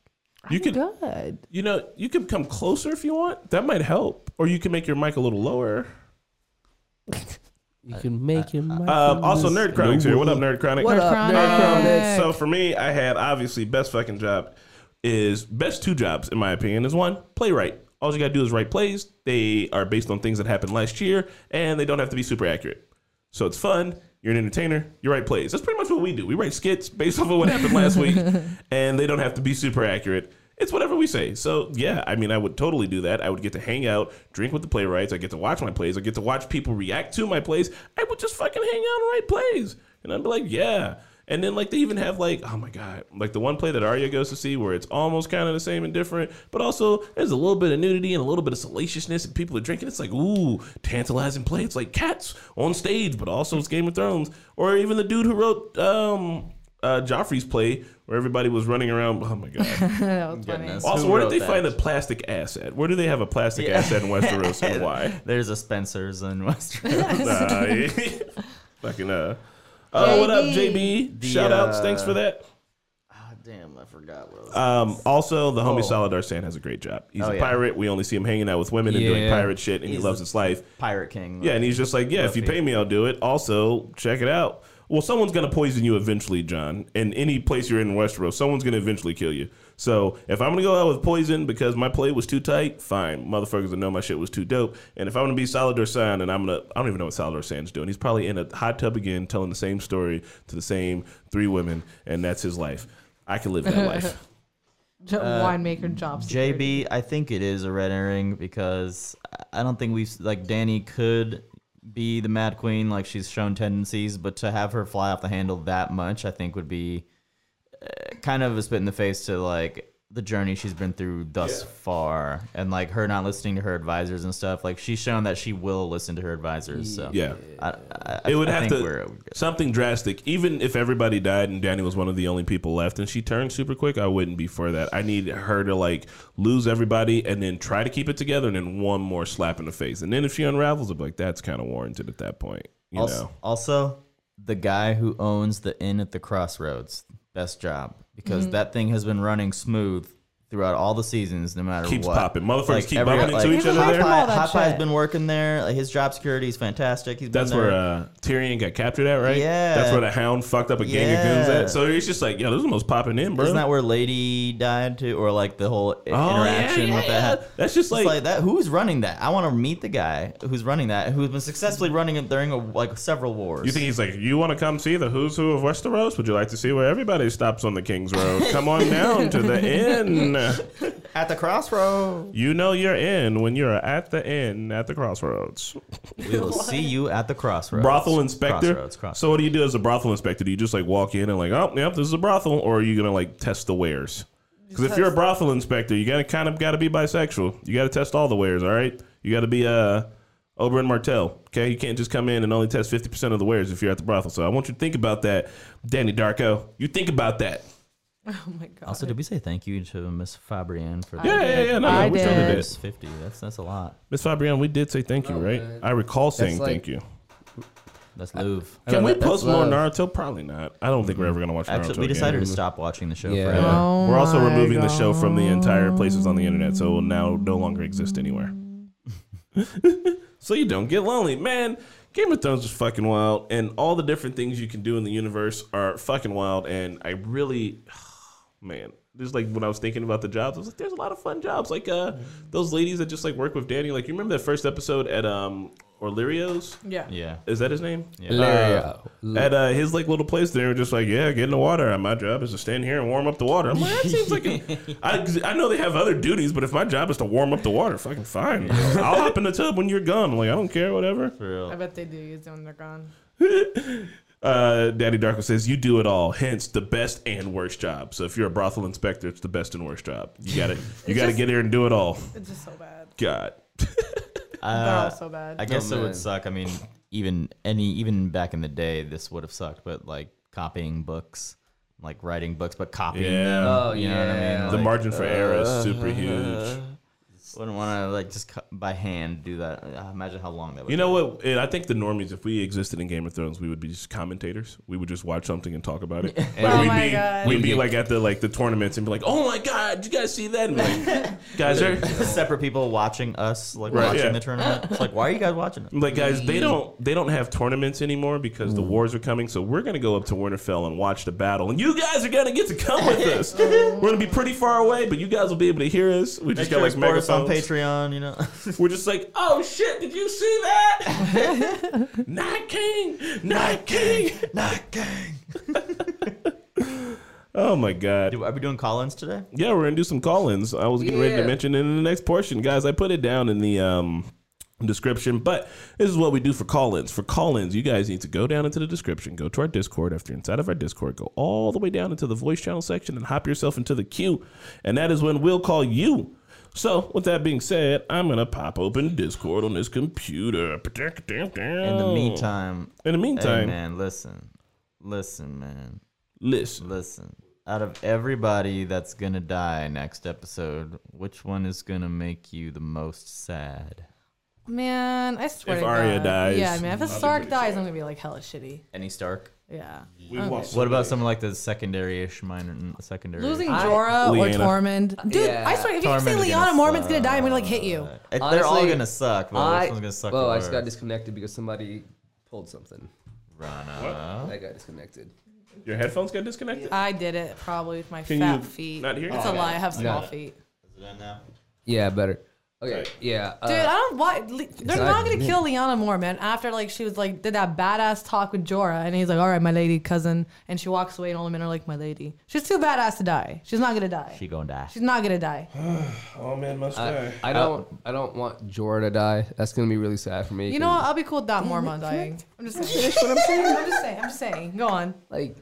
S1: You could
S3: Good.
S1: you know you could come closer if you want. That might help. Or you can make your mic a little lower.
S4: you can make him.
S1: Um, also, Nerd Chronic's here. What up, Nerd Chronic?
S4: What up,
S3: Chronic.
S4: Nerd Chronic?
S1: So for me, I had obviously best fucking job is best two jobs in my opinion is one playwright. All you gotta do is write plays. They are based on things that happened last year, and they don't have to be super accurate. So it's fun. You're an entertainer. You write plays. That's pretty much what we do. We write skits based off of what happened last week, and they don't have to be super accurate. It's whatever we say. So yeah, I mean, I would totally do that. I would get to hang out, drink with the playwrights. I get to watch my plays. I get to watch people react to my plays. I would just fucking hang out and write plays, and I'd be like, yeah. And then like they even have like oh my god like the one play that Arya goes to see where it's almost kind of the same and different, but also there's a little bit of nudity and a little bit of salaciousness and people are drinking. It's like ooh tantalizing play. It's like cats on stage, but also it's Game of Thrones. Or even the dude who wrote um uh, Joffrey's play where everybody was running around. Oh my god!
S3: That was funny.
S2: Goodness.
S1: also,
S2: Who
S1: where did
S2: wrote
S1: they
S2: that?
S1: find a plastic ass at? Where do they have a plastic ass at in Westeros and why?
S2: There's a Spencer's in Westeros.
S1: Nah, fucking uh. Oh, what up, JB?
S2: The,
S1: Shout outs.
S2: uh,
S1: Thanks for that. Ah,
S2: damn, I forgot what.
S1: Um, also, the homie
S2: Oh.
S1: Saladar Sand has a great job. He's
S2: Oh,
S1: a
S2: yeah.
S1: pirate. We only see him hanging out with women and doing
S4: Yeah.
S1: pirate shit, and he
S2: He's
S1: loves
S2: the-
S1: his life.
S2: Pirate King.
S1: Yeah, and he's just like, yeah, if you
S2: Luffy.
S1: pay me, I'll do it. Also, check it out. Well, someone's gonna poison you eventually, John. And any place you're in in Westeros, someone's gonna eventually kill you. So if I'm gonna go out with poison because my play was too tight, fine. Motherfuckers that know my shit was too dope. And if I'm gonna be Salador Sand, and I'm gonna, I don't even know what Salador Sand's doing. He's probably in a hot tub again, telling the same story to the same three women, and that's his life. I can live that life.
S3: Jo- winemaker job. security.
S2: JB, I think it is a red herring because I- I don't think we've like Danny could be the Mad Queen like she's shown tendencies, but to have her fly off the handle that much, I think would be uh, kind of a spit in the face to like the journey she's been through thus far, and like her not listening to her advisors and stuff. Like she's shown that she will listen to her advisors. So
S1: Yeah.
S2: I, I,
S1: it would
S2: I
S1: have
S2: think
S1: to
S2: we're-
S1: something drastic. Even if everybody died and Danny was one of the only people left, and she turned super quick, I wouldn't be for that. I need her to like lose everybody and then try to keep it together, and then one more slap in the face, and then if she unravels, I'm like, that's kind of warranted at that point. You
S2: also,
S1: know,
S2: also, the guy who owns the inn at the crossroads, best job because that thing has been running smooth throughout all the seasons, no matter
S1: Keeps
S2: what.
S1: popping. Motherfuckers keep
S2: every-
S1: bumping into each
S3: Keep
S1: other
S3: away
S1: there.
S3: from all
S2: Hot
S3: that
S2: Hot Pie's
S3: shit.
S2: been working there. Like, his job security is fantastic. He's
S1: That's
S2: been
S1: where
S2: there.
S1: uh, Tyrion got captured at, right?
S2: Yeah.
S1: That's where the Hound fucked up a gang of goons
S2: Yeah.
S1: at. So he's just like, yo, this is the most popping in, bro.
S2: Isn't that where Lady died too, or like the whole i-
S1: Oh,
S2: interaction
S1: yeah,
S2: with
S1: yeah,
S2: that?
S1: yeah. That's just
S2: It's
S1: like-
S2: that. Who's running that? I want to meet the guy who's running that, who's been successfully running it during a, like several wars.
S1: you think he's like, you want to come see the who's who of Westeros? Would you like to see where everybody stops on the King's Road? Come on down to the inn.
S2: at the crossroad?
S1: You know you're in when you're at the inn at the crossroads.
S2: We will see you at the crossroads.
S1: brothel inspector.
S2: Crossroads. crossroads.
S1: So what do you do as a brothel inspector? Do you just like walk in and like, oh, yep, this is a brothel, or are you gonna like test the wares? Because if you're a
S3: Test.
S1: brothel inspector, you gotta kind of gotta be bisexual. You gotta test all the wares. All right, you gotta be uh Oberyn Martell. Okay, you can't just come in and only test fifty percent of the wares if you're at the brothel. So I want you to think about that, Danny Darko. You think about that.
S3: Oh my god.
S2: also, did we say thank you to Miss Fabrienne for
S1: Yeah,
S2: the
S1: yeah, yeah. No,
S3: I
S1: no, we totally
S3: did.
S1: did.
S2: Miss fifty? That's that's a lot.
S1: Miss Fabienne, we did say thank you,
S4: No,
S1: right?
S4: man.
S1: I recall saying
S4: like-
S1: thank you.
S2: That's Louvre.
S4: I
S1: Can
S4: don't
S1: we
S4: know, that's
S1: post more
S4: love.
S1: Naruto? Probably not. I don't think we're ever gonna watch Naruto.
S2: Actually, we
S1: again.
S2: decided to stop watching the show.
S4: Yeah.
S2: Forever.
S1: Yeah.
S3: Oh
S1: We're also
S3: my
S1: removing the show from the entire places on the internet, so it will now no longer exist anywhere. so you don't get lonely, man. Game of Thrones is fucking wild, and all the different things you can do in the universe are fucking wild. And I really, man, just like when I was thinking about the jobs, I was like, there's a lot of fun jobs, like uh, those ladies that just like work with Danny. Like you remember that first episode at um Orlirio's?
S3: Yeah.
S2: Yeah.
S1: Is that his name?
S4: Hilaria.
S1: At uh, his like little place, they were just like, "Yeah, get in the water. And My job is to stand here and warm up the water." I'm like, that seems like a, I, I know they have other duties, but if my job is to warm up the water, fucking fine. I'll hop in the tub when you're gone. I'm like, I don't care, whatever.
S2: For real.
S3: I bet they do use them when they're gone.
S1: Uh, Daddy Darko says you do it all. Hence, the best and worst job. So if you're a brothel inspector, it's the best and worst job. You got to you got to
S3: just-
S1: get here and do it all.
S3: It's just so bad.
S1: God,
S3: they're
S2: Uh,
S3: all so bad.
S2: I guess it
S4: man.
S2: would suck. I mean, even any even back in the day, this would have sucked. But like copying books, like writing books, but copying them.
S1: yeah,
S4: Oh,
S2: you know what I mean?
S4: yeah.
S1: the
S2: Like,
S1: margin for error is super huge.
S2: Wouldn't want to like just cut by hand do that. Uh, Imagine how long that would.
S1: You know what? And I think the normies, if we existed in Game of Thrones, we would be just commentators. We would just watch something and talk about it. And
S3: Oh
S1: we'd
S3: my
S1: be,
S3: God.
S1: We'd be like at the like the tournaments and be like, "Oh my god, did you guys see that?" And be like, guys are
S2: take. separate people watching us like
S1: Right,
S2: watching
S1: yeah.
S2: the tournament. It's like why are you guys watching it?
S1: I'm like, guys, they don't they don't have tournaments anymore because the wars are coming. So we're gonna go up to Winterfell and watch the battle, and you guys are gonna get to come with us. we're gonna be pretty far away, but you guys will be able to hear us. We
S2: Make
S1: just
S2: sure
S1: got like
S2: like support us on
S1: megaphones.
S2: Patreon. You know,
S1: We're just like, oh shit, did you see that? Night King, Night King.
S2: not gang.
S1: Oh my god.
S2: Do, are we doing call-ins today?
S1: Yeah, we're gonna do some call-ins. I was getting ready to
S4: Yeah.
S1: mention it in the next portion, guys. I put it down in the um, description, but this is what we do for call-ins. For call-ins, you guys need to go down into the description, go to our Discord. After you're inside of our Discord, go all the way down into the voice channel section and hop yourself into the queue, and that is when we'll call you. So, with that being said, I'm gonna pop open Discord on this computer.
S2: In the meantime,
S1: in the
S2: hey
S1: meantime,
S2: man, listen, listen, man.
S1: listen.
S2: Listen, out of everybody that's gonna die next episode, which one is gonna make you the most sad?
S3: Man, I swear
S1: If
S3: to
S1: Arya
S3: God.
S1: dies,
S3: Yeah, man. If a
S1: I'll be
S3: Stark
S1: pretty
S3: dies,
S1: sad.
S3: I'm gonna be like hella shitty.
S2: Any Stark?
S3: Yeah.
S1: We've lost
S2: What about someone like the secondary-ish minor, secondary?
S3: Losing
S4: I-
S3: Jorah or
S1: Lyanna.
S3: Tormund. Dude,
S4: Yeah.
S3: I swear, if you keep
S2: Tormund's
S3: saying
S2: gonna
S3: Leanna Mormont's gonna
S2: suck.
S3: die, I'm gonna like hit you.
S2: Eh, They're all
S4: Honestly,
S2: gonna suck. But
S1: Oh,
S2: which one's gonna suck?
S4: well,
S2: the
S4: I just got
S2: worst?
S4: disconnected because somebody pulled something.
S2: Rana.
S4: I got disconnected.
S1: Your headphones got disconnected?
S3: I did it probably with my
S1: Can
S3: fat
S1: you
S3: feet.
S1: not hear?
S3: It's
S1: Oh,
S3: a lie. I have small
S4: Yeah.
S3: feet.
S4: Yeah, better. Okay,
S1: Right.
S4: yeah. uh,
S3: Dude, I don't why Le- they're not
S4: Exactly.
S3: gonna kill Liana Moore, man. After like she was like did that badass talk with Jorah, and he's like, "All right, my lady cousin," and she walks away, and all the men are like, "My lady, she's too badass to die. She's not gonna die.
S2: She gonna die.
S3: she's not gonna die."
S1: Oh man, must
S4: I, I
S3: Uh,
S4: don't. I don't want Jorah to die. That's gonna be really sad for me.
S3: You know what? I'll be cool with that Mormon dying. I'm just saying.
S4: That's what I'm saying.
S3: I'm just saying. I'm just saying. Go on.
S4: Like,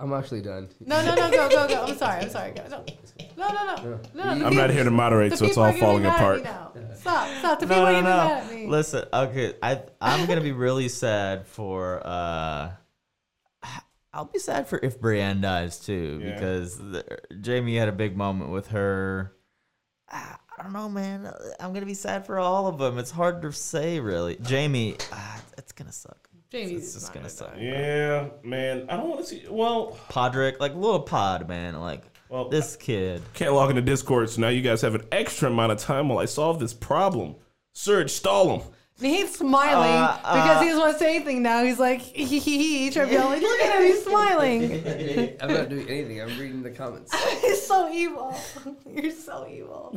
S4: I'm actually done.
S3: No, no, no. Go, go, go. I'm sorry. I'm sorry. Go. No, no, no, no. no, no
S1: I'm not here to moderate,
S3: The
S1: so it's
S3: people are
S1: all
S3: gonna be
S1: falling
S3: mad at me
S1: apart.
S3: now. Stop, stop. The people
S2: No,
S3: are
S2: no,
S3: gonna be mad at
S2: no.
S3: me.
S2: Listen, okay, I I'm gonna be really sad for. uh I'll be sad for if Brienne dies too,
S1: Yeah.
S2: because the, Jamie had a big moment with her. Ah, I don't know, man. I'm gonna be sad for all of them. It's hard to say, really. Jamie, ah, it's gonna suck.
S3: Jamie's
S2: it's just
S3: not
S2: gonna
S3: gonna
S2: suck.
S1: Yeah, man. I don't want to see. Well,
S2: Podrick, like little pod, man. Like
S1: Well,
S2: this kid.
S1: Can't log into Discord, so now you guys have an extra amount of time while I solve this problem. Serge, stall him.
S3: And he's smiling
S2: Uh, uh.
S3: because he doesn't want to say anything now. He's like, hee hee hee hee, trying to be all like, look at him, he's smiling.
S4: I'm not doing anything. I'm reading the comments.
S3: he's so evil. You're so evil.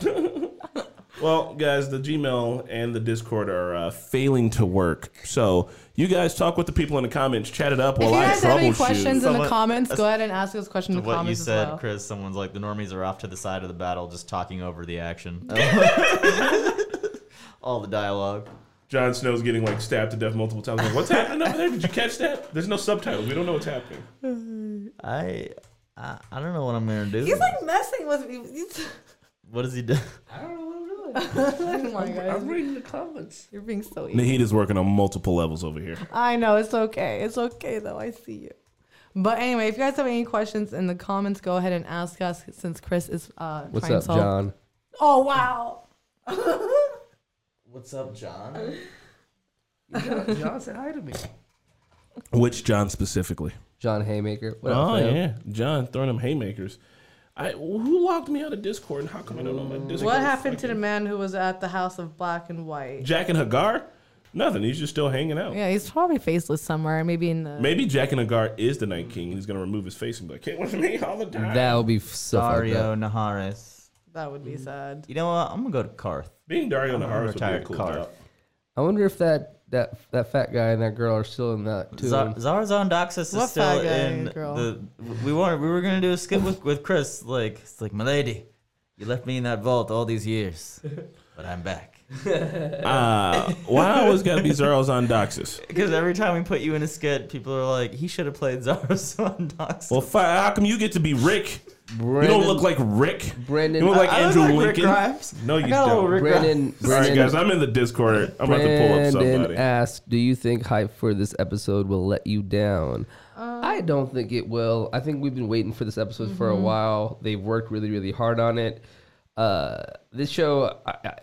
S1: Well, guys, the Gmail and the Discord are uh, failing to work. So you guys talk with the people in the comments, chat it up
S3: if
S1: while
S3: you
S1: I
S3: guys have any
S1: troubleshoot.
S3: questions uh, in the
S2: Someone-
S3: comments, go ahead and ask us questions in the
S2: What you
S3: comments
S2: said,
S3: as well.
S2: Chris, someone's like, the normies are off to the side of the battle just talking over the action. All the dialogue.
S1: Jon Snow's getting like stabbed to death multiple times. Like, what's happening over there? Did you catch that? There's no subtitles. We don't know what's happening.
S2: I, I, I don't know what I'm going to do.
S3: He's like messing with me. He's-
S2: what does he do?
S4: I don't know what I'm doing.
S3: oh my
S4: I'm
S3: god.
S4: reading the comments.
S3: You're being so evil.
S1: Nahid is working on multiple levels over here.
S3: I know it's okay. It's okay though. I see you. But anyway, if you guys have any questions in the comments, go ahead and ask us since Chris is uh,
S4: What's
S3: trying
S4: up,
S3: to solve.
S4: John?
S3: Oh wow.
S2: What's up, John?
S4: John said hi to me.
S1: Which John specifically?
S4: John Haymaker. What up,
S1: Oh
S4: fam?
S1: yeah, John throwing them haymakers. I who locked me out of Discord and how come I don't know my Discord?
S3: What happened to the man who was at the house of black and white?
S1: Jack and Hagar? Nothing. He's just still hanging out.
S3: Yeah, he's probably faceless somewhere. Maybe in the
S1: Maybe Jack and Hagar is the Night King and he's gonna remove his face and be like, "Can't with me all the time."
S4: That would be f- so fucked up.
S1: uh,
S2: Dario Naharis.
S3: that would be sad.
S2: You know what? I'm going to go to Karth.
S1: Being Dario
S2: I'm a
S1: Naharis would be a
S2: retired
S1: cool
S2: car.
S1: job.
S4: I wonder if that that that fat guy and that girl are still in that too.
S2: Zar- Zarazon Doxus
S3: What
S2: is still
S3: fat guy,
S2: in
S3: girl?
S2: the. We were we were gonna do a skit with, with Chris. Like it's like, my lady, you left me in that vault all these years, but I'm back.
S1: Uh, why I always gotta be Zeros on Doxus?
S2: Because every time we put you in a skit, people are like, he should have played Zarazon Doxus.
S1: Well, fi- how come you get to be Rick? you don't look like Rick.
S4: Brandon-
S1: you look like
S2: I- I look
S1: Andrew
S2: like Rick
S1: Lincoln.
S2: Grimes.
S1: No, you
S2: I got a little
S1: don't.
S2: Rick-
S4: Brandon.
S1: All right,
S4: Brandon.
S1: guys, I'm in the Discord. I'm about to pull up
S4: Brandon
S1: somebody.
S4: asked, "Do you think hype for this episode will let you down?" I don't think it will. I think we've been waiting for this episode for a while. They've worked really, really hard on it. Uh, this show, I, I,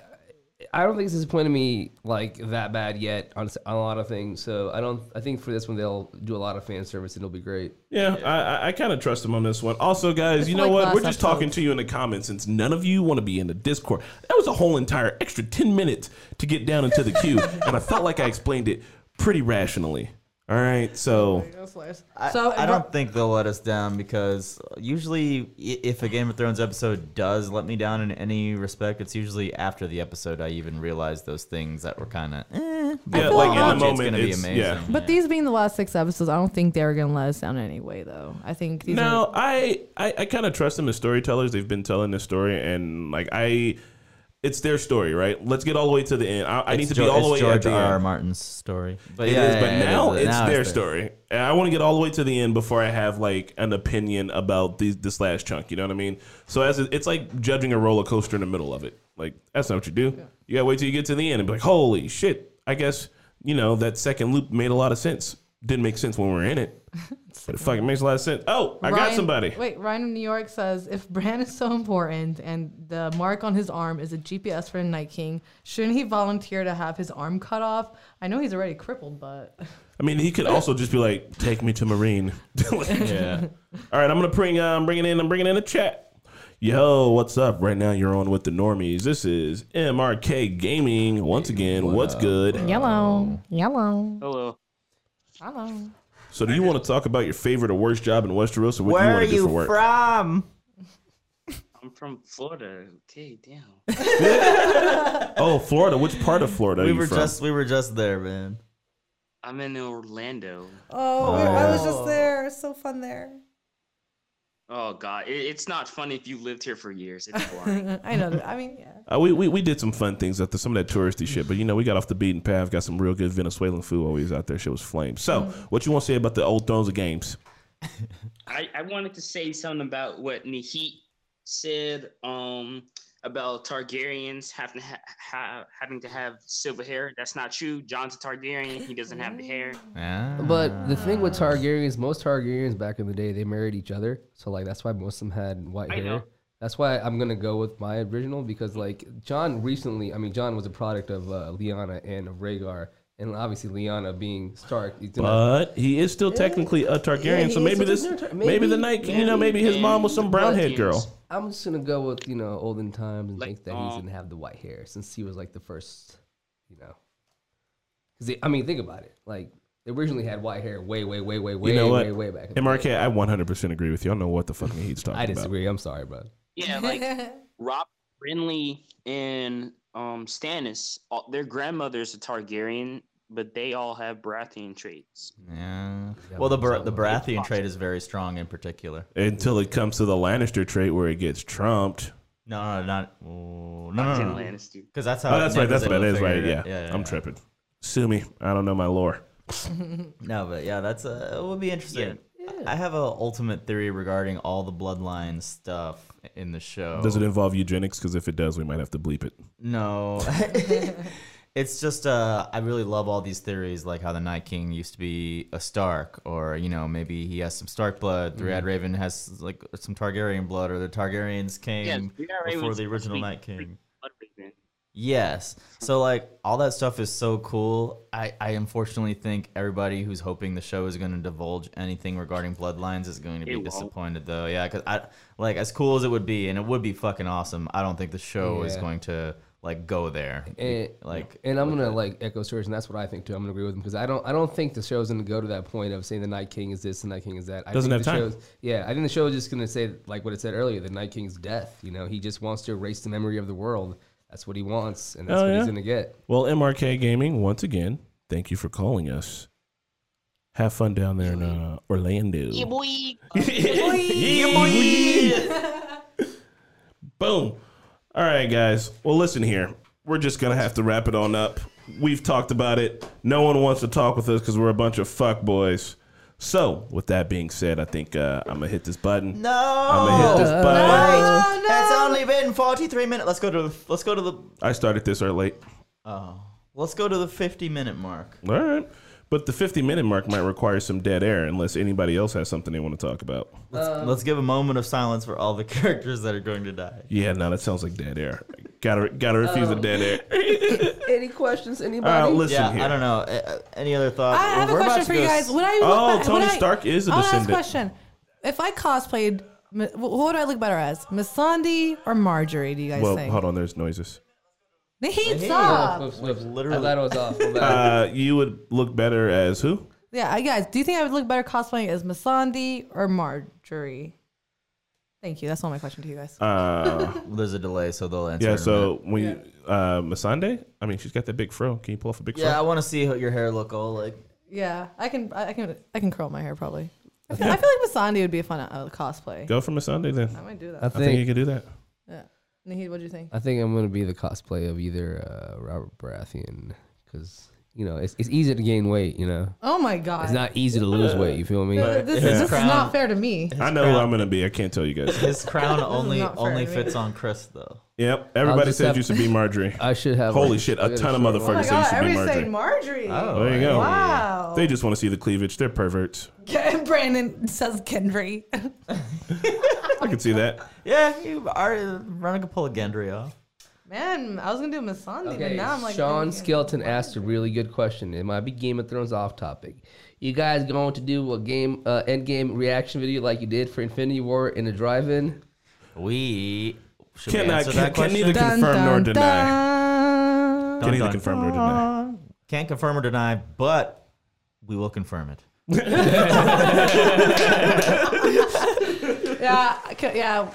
S4: I don't think it's disappointed me like that bad yet on, s- on a lot of things. So I don't. I think for this one, they'll do a lot of fan service and it'll be great.
S1: Yeah, I, I- I kind of trust him on this one. Also, guys, you
S3: It's
S1: know
S3: like
S1: what?
S3: last
S1: We're just
S3: episode.
S1: talking to you in the comments since none of you want to be in the Discord. That was a whole entire extra 10 minutes to get down into the queue, and I felt like I explained it pretty rationally. All right, so
S2: I,
S3: so
S2: I don't think they'll let us down because usually, i- if a Game of Thrones episode does let me down in any respect, it's usually after the episode I even realize those things that were kind of. Eh,
S1: yeah,
S2: But
S1: like in
S2: when you
S1: the
S2: watch it,
S1: moment,
S2: gonna
S1: it's- yeah.
S3: But these being the last six episodes, I don't think they were gonna let us down anyway. Though I think these. are-
S1: No, I I, I kind of trust them as storytellers. They've been telling this story, and like I, it's their story, right? Let's get all the way to the end. I, I need
S2: It's
S1: to
S2: Geo-
S1: be all the
S2: it's
S1: way
S2: George
S1: at the
S2: R. R.
S1: end.
S2: Martin's story. But
S1: It is,
S2: yeah,
S1: but
S2: yeah,
S1: now
S2: yeah,
S1: it's their
S2: theirs.
S1: story. And I want to get all the way to the end before I have like an opinion about these, this last chunk. You know what I mean? So as it- it's like judging a roller coaster in the middle of it. Like that's not what you do. You gotta wait till you get to the end and be like, holy shit! I guess you know that second loop made a lot of sense. Didn't make sense when we were in it, but it fucking makes a lot of sense. Oh, I got
S3: Ryan-
S1: somebody.
S3: Wait, Ryan of New York says if Bran is so important and the mark on his arm is a GPS for the Night King, shouldn't he volunteer to have his arm cut off? I know he's already crippled, but
S1: I mean, he could also just be like, "Take me to Marine." Like,
S2: Yeah.
S1: All right, I'm gonna bring. Uh, I'm bringing in. I'm bringing in a chat. Yo, what's up? Right now, you're on with the normies. This is MRK Gaming once again. what's good?
S3: yellow, yellow,
S6: Hello.
S3: yellow.
S1: So, do you want to talk about your favorite or worst job in Westeros, or what you
S2: Where are
S1: want to do
S2: you
S1: for work?
S2: from?
S6: I'm from Florida. Okay, damn.
S1: Oh, Florida. Which part of Florida
S2: We
S1: are you
S2: were
S1: from?
S2: just we were just there, man.
S6: I'm in Orlando.
S3: Oh, I was just there. It's so fun there.
S6: Oh god, it, it's not funny if you lived here for years. It's boring.
S3: I know. That. I mean, yeah.
S1: Uh, we, we we did some fun things out there, some of that touristy shit, but you know we got off the beaten path. Got some real good Venezuelan food always out there. Shit was flame. So,
S2: Mm.
S1: what you want to say about the old Thrones of Games?
S6: I, I wanted to say something about what Nihit said um about Targaryens having to ha- ha- having to have silver hair. That's not true. John's a Targaryen. He doesn't have the hair.
S4: But the thing with Targaryens, most Targaryens back in the day, they married each other. So like that's why most of them had white
S6: I
S4: hair.
S6: know.
S4: That's why I'm gonna go with my original because like John recently, I mean John was a product of uh, Lyanna and of Rhaegar, and obviously Lyanna being Stark. He's doing that.
S1: But he is still technically a
S4: Yeah,
S1: Targaryen,
S4: he
S1: so
S4: is
S1: maybe
S4: a
S1: this,
S4: Targaryen.
S1: maybe, the Night, you
S6: Maybe,
S1: know, maybe his
S6: maybe.
S1: mom was some brown haired girl.
S4: I'm just gonna go with you know olden times and
S6: Like,
S4: think that he's
S6: um,
S4: gonna have the white hair since he was like the first, you know. Because I mean, think about it. Like they originally had white hair way, way, way, way, way,
S1: You know what?
S4: way, way back. in the day.
S1: MRK, I 100% agree with you. I don't know what the fuck he's talking
S4: I
S1: about.
S4: disagree. I'm sorry, bro.
S6: Yeah, like Rob Renly and um Stannis, all, their grandmother's a Targaryen, but they all have Baratheon traits.
S2: Yeah.
S4: Yeah,
S2: Well, the
S4: but
S2: Bar-
S4: so-
S2: the Baratheon trait is very strong in particular.
S1: Until it comes to the Lannister trait where it gets
S2: Uh,
S1: trumped.
S2: No, no, no, not oh, no, no,
S6: Tim
S2: no, no.
S6: Lannister.
S2: Because that's how.
S1: Oh, that's right. That's what
S2: Nefer's
S1: it
S2: able
S1: is,
S2: to
S1: right?
S2: figure
S1: Yeah.
S2: it- yeah, yeah.
S1: I'm tripping. Sue me. I don't know my lore.
S2: No, but yeah, that's uh, it would be interesting. I have a ultimate theory regarding all the bloodline stuff in the show.
S1: Does it involve eugenics? Because if it does, we might have to bleep it.
S2: No. it's just uh I really love all these theories like how the Night King used to be a Stark or you know maybe he has some Stark blood, Three-Eyed Raven has like some Targaryen blood or the Targaryens came
S6: Yeah, Three-Eyed
S2: before
S6: Raven's
S2: the original
S6: supposed to be
S2: Night King.
S6: freaking Blood Raven.
S2: Yes. So like all that stuff is so cool. I, I unfortunately think everybody who's hoping the show is going to divulge anything regarding bloodlines is going to be
S6: It won't.
S2: disappointed though. Yeah, cuz I like as cool as it would be and it would be fucking awesome. I don't think the show is
S4: Yeah.
S2: going to like go there.
S4: And,
S2: like
S4: and I'm gonna like echo Serge, and that's what I think too. I'm gonna agree with him because I don't, I don't think the show's gonna go to that point of saying the Night King is this, the Night King is that. I
S1: Doesn't have
S4: think the
S1: time.
S4: show's- Yeah, I think the show is just gonna say like what it said earlier, the Night King's death. You know, he just wants to erase the memory of the world. That's what he wants, and that's
S1: Oh,
S4: what
S1: yeah.
S4: he's gonna get.
S1: Well, MRK Gaming, once again, thank you for calling us. Have fun down there in uh, Orlando. Yeah, boy. Boom. All right, guys. Well, listen here. We're just going to have to wrap it on up. We've talked about it. No one wants to talk with us because we're a bunch of fuck boys. So, with that being said, I think uh, I'm going to hit this button.
S2: No.
S1: I'm going to hit this button.
S2: Wait, It's only been 43 minutes. Let's go to the let's go to the
S1: I started this early late.
S2: oh, let's go to the 50 minute mark.
S1: All right. But the 50 minute mark might require some dead air unless anybody else has something they want to talk about.
S2: Let's, let's give a moment of silence for all the characters that are going to die.
S1: Yeah, no, that sounds like dead air. gotta, gotta refuse
S3: Oh.
S1: the dead air.
S4: Any
S1: Uh,
S4: questions? Anybody?
S1: All right, listen
S2: Yeah,
S1: here.
S2: I don't know. Uh, any other thoughts?
S3: I have a
S2: We're about
S3: question
S2: to
S3: for you
S2: go
S3: guys. Would I look
S1: Oh,
S3: be-
S1: Tony
S3: would I-
S1: Stark is a
S3: I wanna ask
S1: descendant.
S3: question. If I cosplayed, m- wh- what would I look better as? Missandei or Marjorie, do you guys
S1: Well,
S3: think?
S1: hold on, there's noises.
S3: Naheed's
S4: Oh,
S3: up.
S4: whoops, whoops.
S2: literally-
S4: I thought it was off. My bad.
S1: Uh, you would look better as who?
S3: Yeah, I guys, do you think I would look better cosplaying as Missandei or Marjorie? Thank you. That's all my question to you guys.
S1: Uh,
S2: There's a delay, so they'll answer.
S1: yeah,
S2: in a minute.
S1: so when you, uh, Masande, I mean, she's got that big fro. Can you pull off a big
S2: yeah, I
S1: fro?
S2: want to see how your hair look all like.
S3: yeah, I can, I I can, I can curl my hair probably. I feel, I feel like Missandei would be a fun uh, cosplay.
S1: Go for Masande then.
S3: I might do
S4: I
S3: that.
S1: I think you
S4: think
S1: can do that.
S3: Yeah. Naheed, what do you think?
S4: I think I'm gonna be the cosplay of either uh, Robert Baratheon because you know it's, it's easy to gain weight. You know,
S3: Oh my god.
S4: it's not easy to lose weight. You feel me?
S3: Th- this
S2: Yeah.
S3: this is
S2: Crown.
S3: not fair to me.
S1: I know who I'm gonna be. I can't tell you guys.
S2: His crown only
S3: not fair
S2: only
S3: to me.
S2: fits on Chris though.
S1: yep, everybody
S4: just
S1: said
S4: have-
S1: you should be Marjorie.
S4: I should have.
S1: Holy
S4: like,
S1: shit,
S4: I
S1: a
S4: got
S1: ton of
S4: short
S1: motherfuckers
S3: Oh
S4: one.
S1: think you should be Oh. Marjorie.
S3: Marjorie.
S1: there you go.
S3: Wow.
S1: They just want to see the cleavage. They're perverts.
S3: Brandon says Kendry.
S1: I can see that.
S2: Yeah, you
S3: uh,
S2: are running a pull a Gendry off.
S3: Man, I was gonna do Masandi, but
S4: Okay,
S3: now I'm like
S4: Sean
S3: thinking-
S4: Skelton asked a really good question. It might be Game of Thrones off topic. You guys going to do a game uh, end game reaction video like you did for Infinity War in a drive-in?
S2: We should we
S1: Can I-
S2: answer
S1: can- can
S2: that question?
S1: neither-
S3: Dun,
S1: Confirm nor
S3: dun,
S1: deny.
S3: dun.
S1: Can either
S2: dun.
S1: confirm or deny.
S2: Can't confirm or deny, but we will confirm it.
S3: Yeah, I ca- yeah.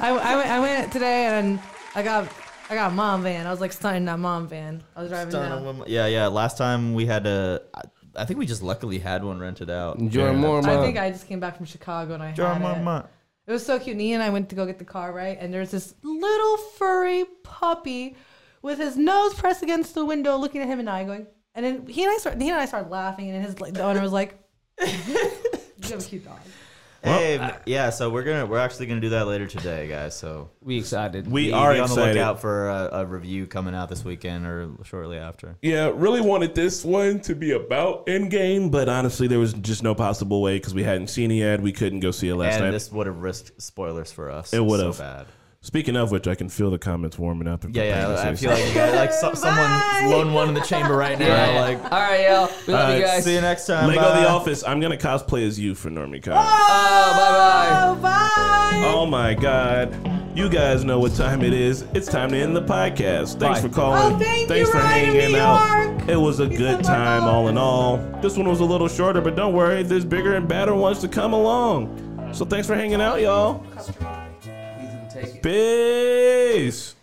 S3: I, I, went, I went today and I got I got mom van. I was like stunning that mom van. I was driving
S2: Dun,
S3: down.
S2: one more- Yeah, yeah. Last time we had a, I- I think we just luckily had one rented out.
S4: Enjoy more,
S3: I
S4: Mom.
S3: think I just came back from Chicago and I
S2: John,
S3: had it.
S2: my- my-
S3: It was so cute. Nia and I went to go get the car, right? And there's this little furry puppy with his nose pressed against the window, looking at him and I, going. And then he and I started. He and I started laughing, and then his like, the owner was like, "You have a cute dog."
S2: Hey, yeah. So we're gonna we're actually gonna do that later today, guys. So
S4: we excited.
S1: We
S2: be,
S1: are
S2: be on the
S1: excited.
S2: lookout for a, a review coming out this weekend or shortly after.
S1: Yeah, really wanted this one to be about Endgame, but honestly, there was just no possible way because we hadn't seen it yet. We couldn't go see it last
S2: and
S1: night.
S2: this would have risked spoilers for us.
S1: It would've.
S2: so bad.
S1: Speaking of which, I can feel the comments warming up. and
S2: Yeah, yeah.
S1: preparing to
S2: I
S1: say
S2: feel like you got, like so,
S3: Bye.
S2: someone lone one in the chamber right now.
S4: Yeah.
S2: Like,
S4: all right, y'all. We love
S2: alright,
S4: you guys.
S2: see you next time.
S1: Lego
S2: bye.
S1: The Office. I'm gonna cosplay as you for Normie Con.
S4: Oh,
S3: Oh,
S4: bye bye.
S3: bye.
S1: Oh my God. You guys know what time it is. It's time to end the podcast. Thanks
S4: Bye.
S1: for calling.
S3: Oh, thank
S1: Thanks
S3: you,
S1: for
S3: Ryan in
S1: hanging
S3: New
S1: out.
S3: York.
S1: It was a
S3: You
S1: good
S3: said my
S1: time,
S3: mom.
S1: all in all. This one was a little shorter, but don't worry. There's bigger and badder ones to come along. So thanks for hanging out, y'all. Peace.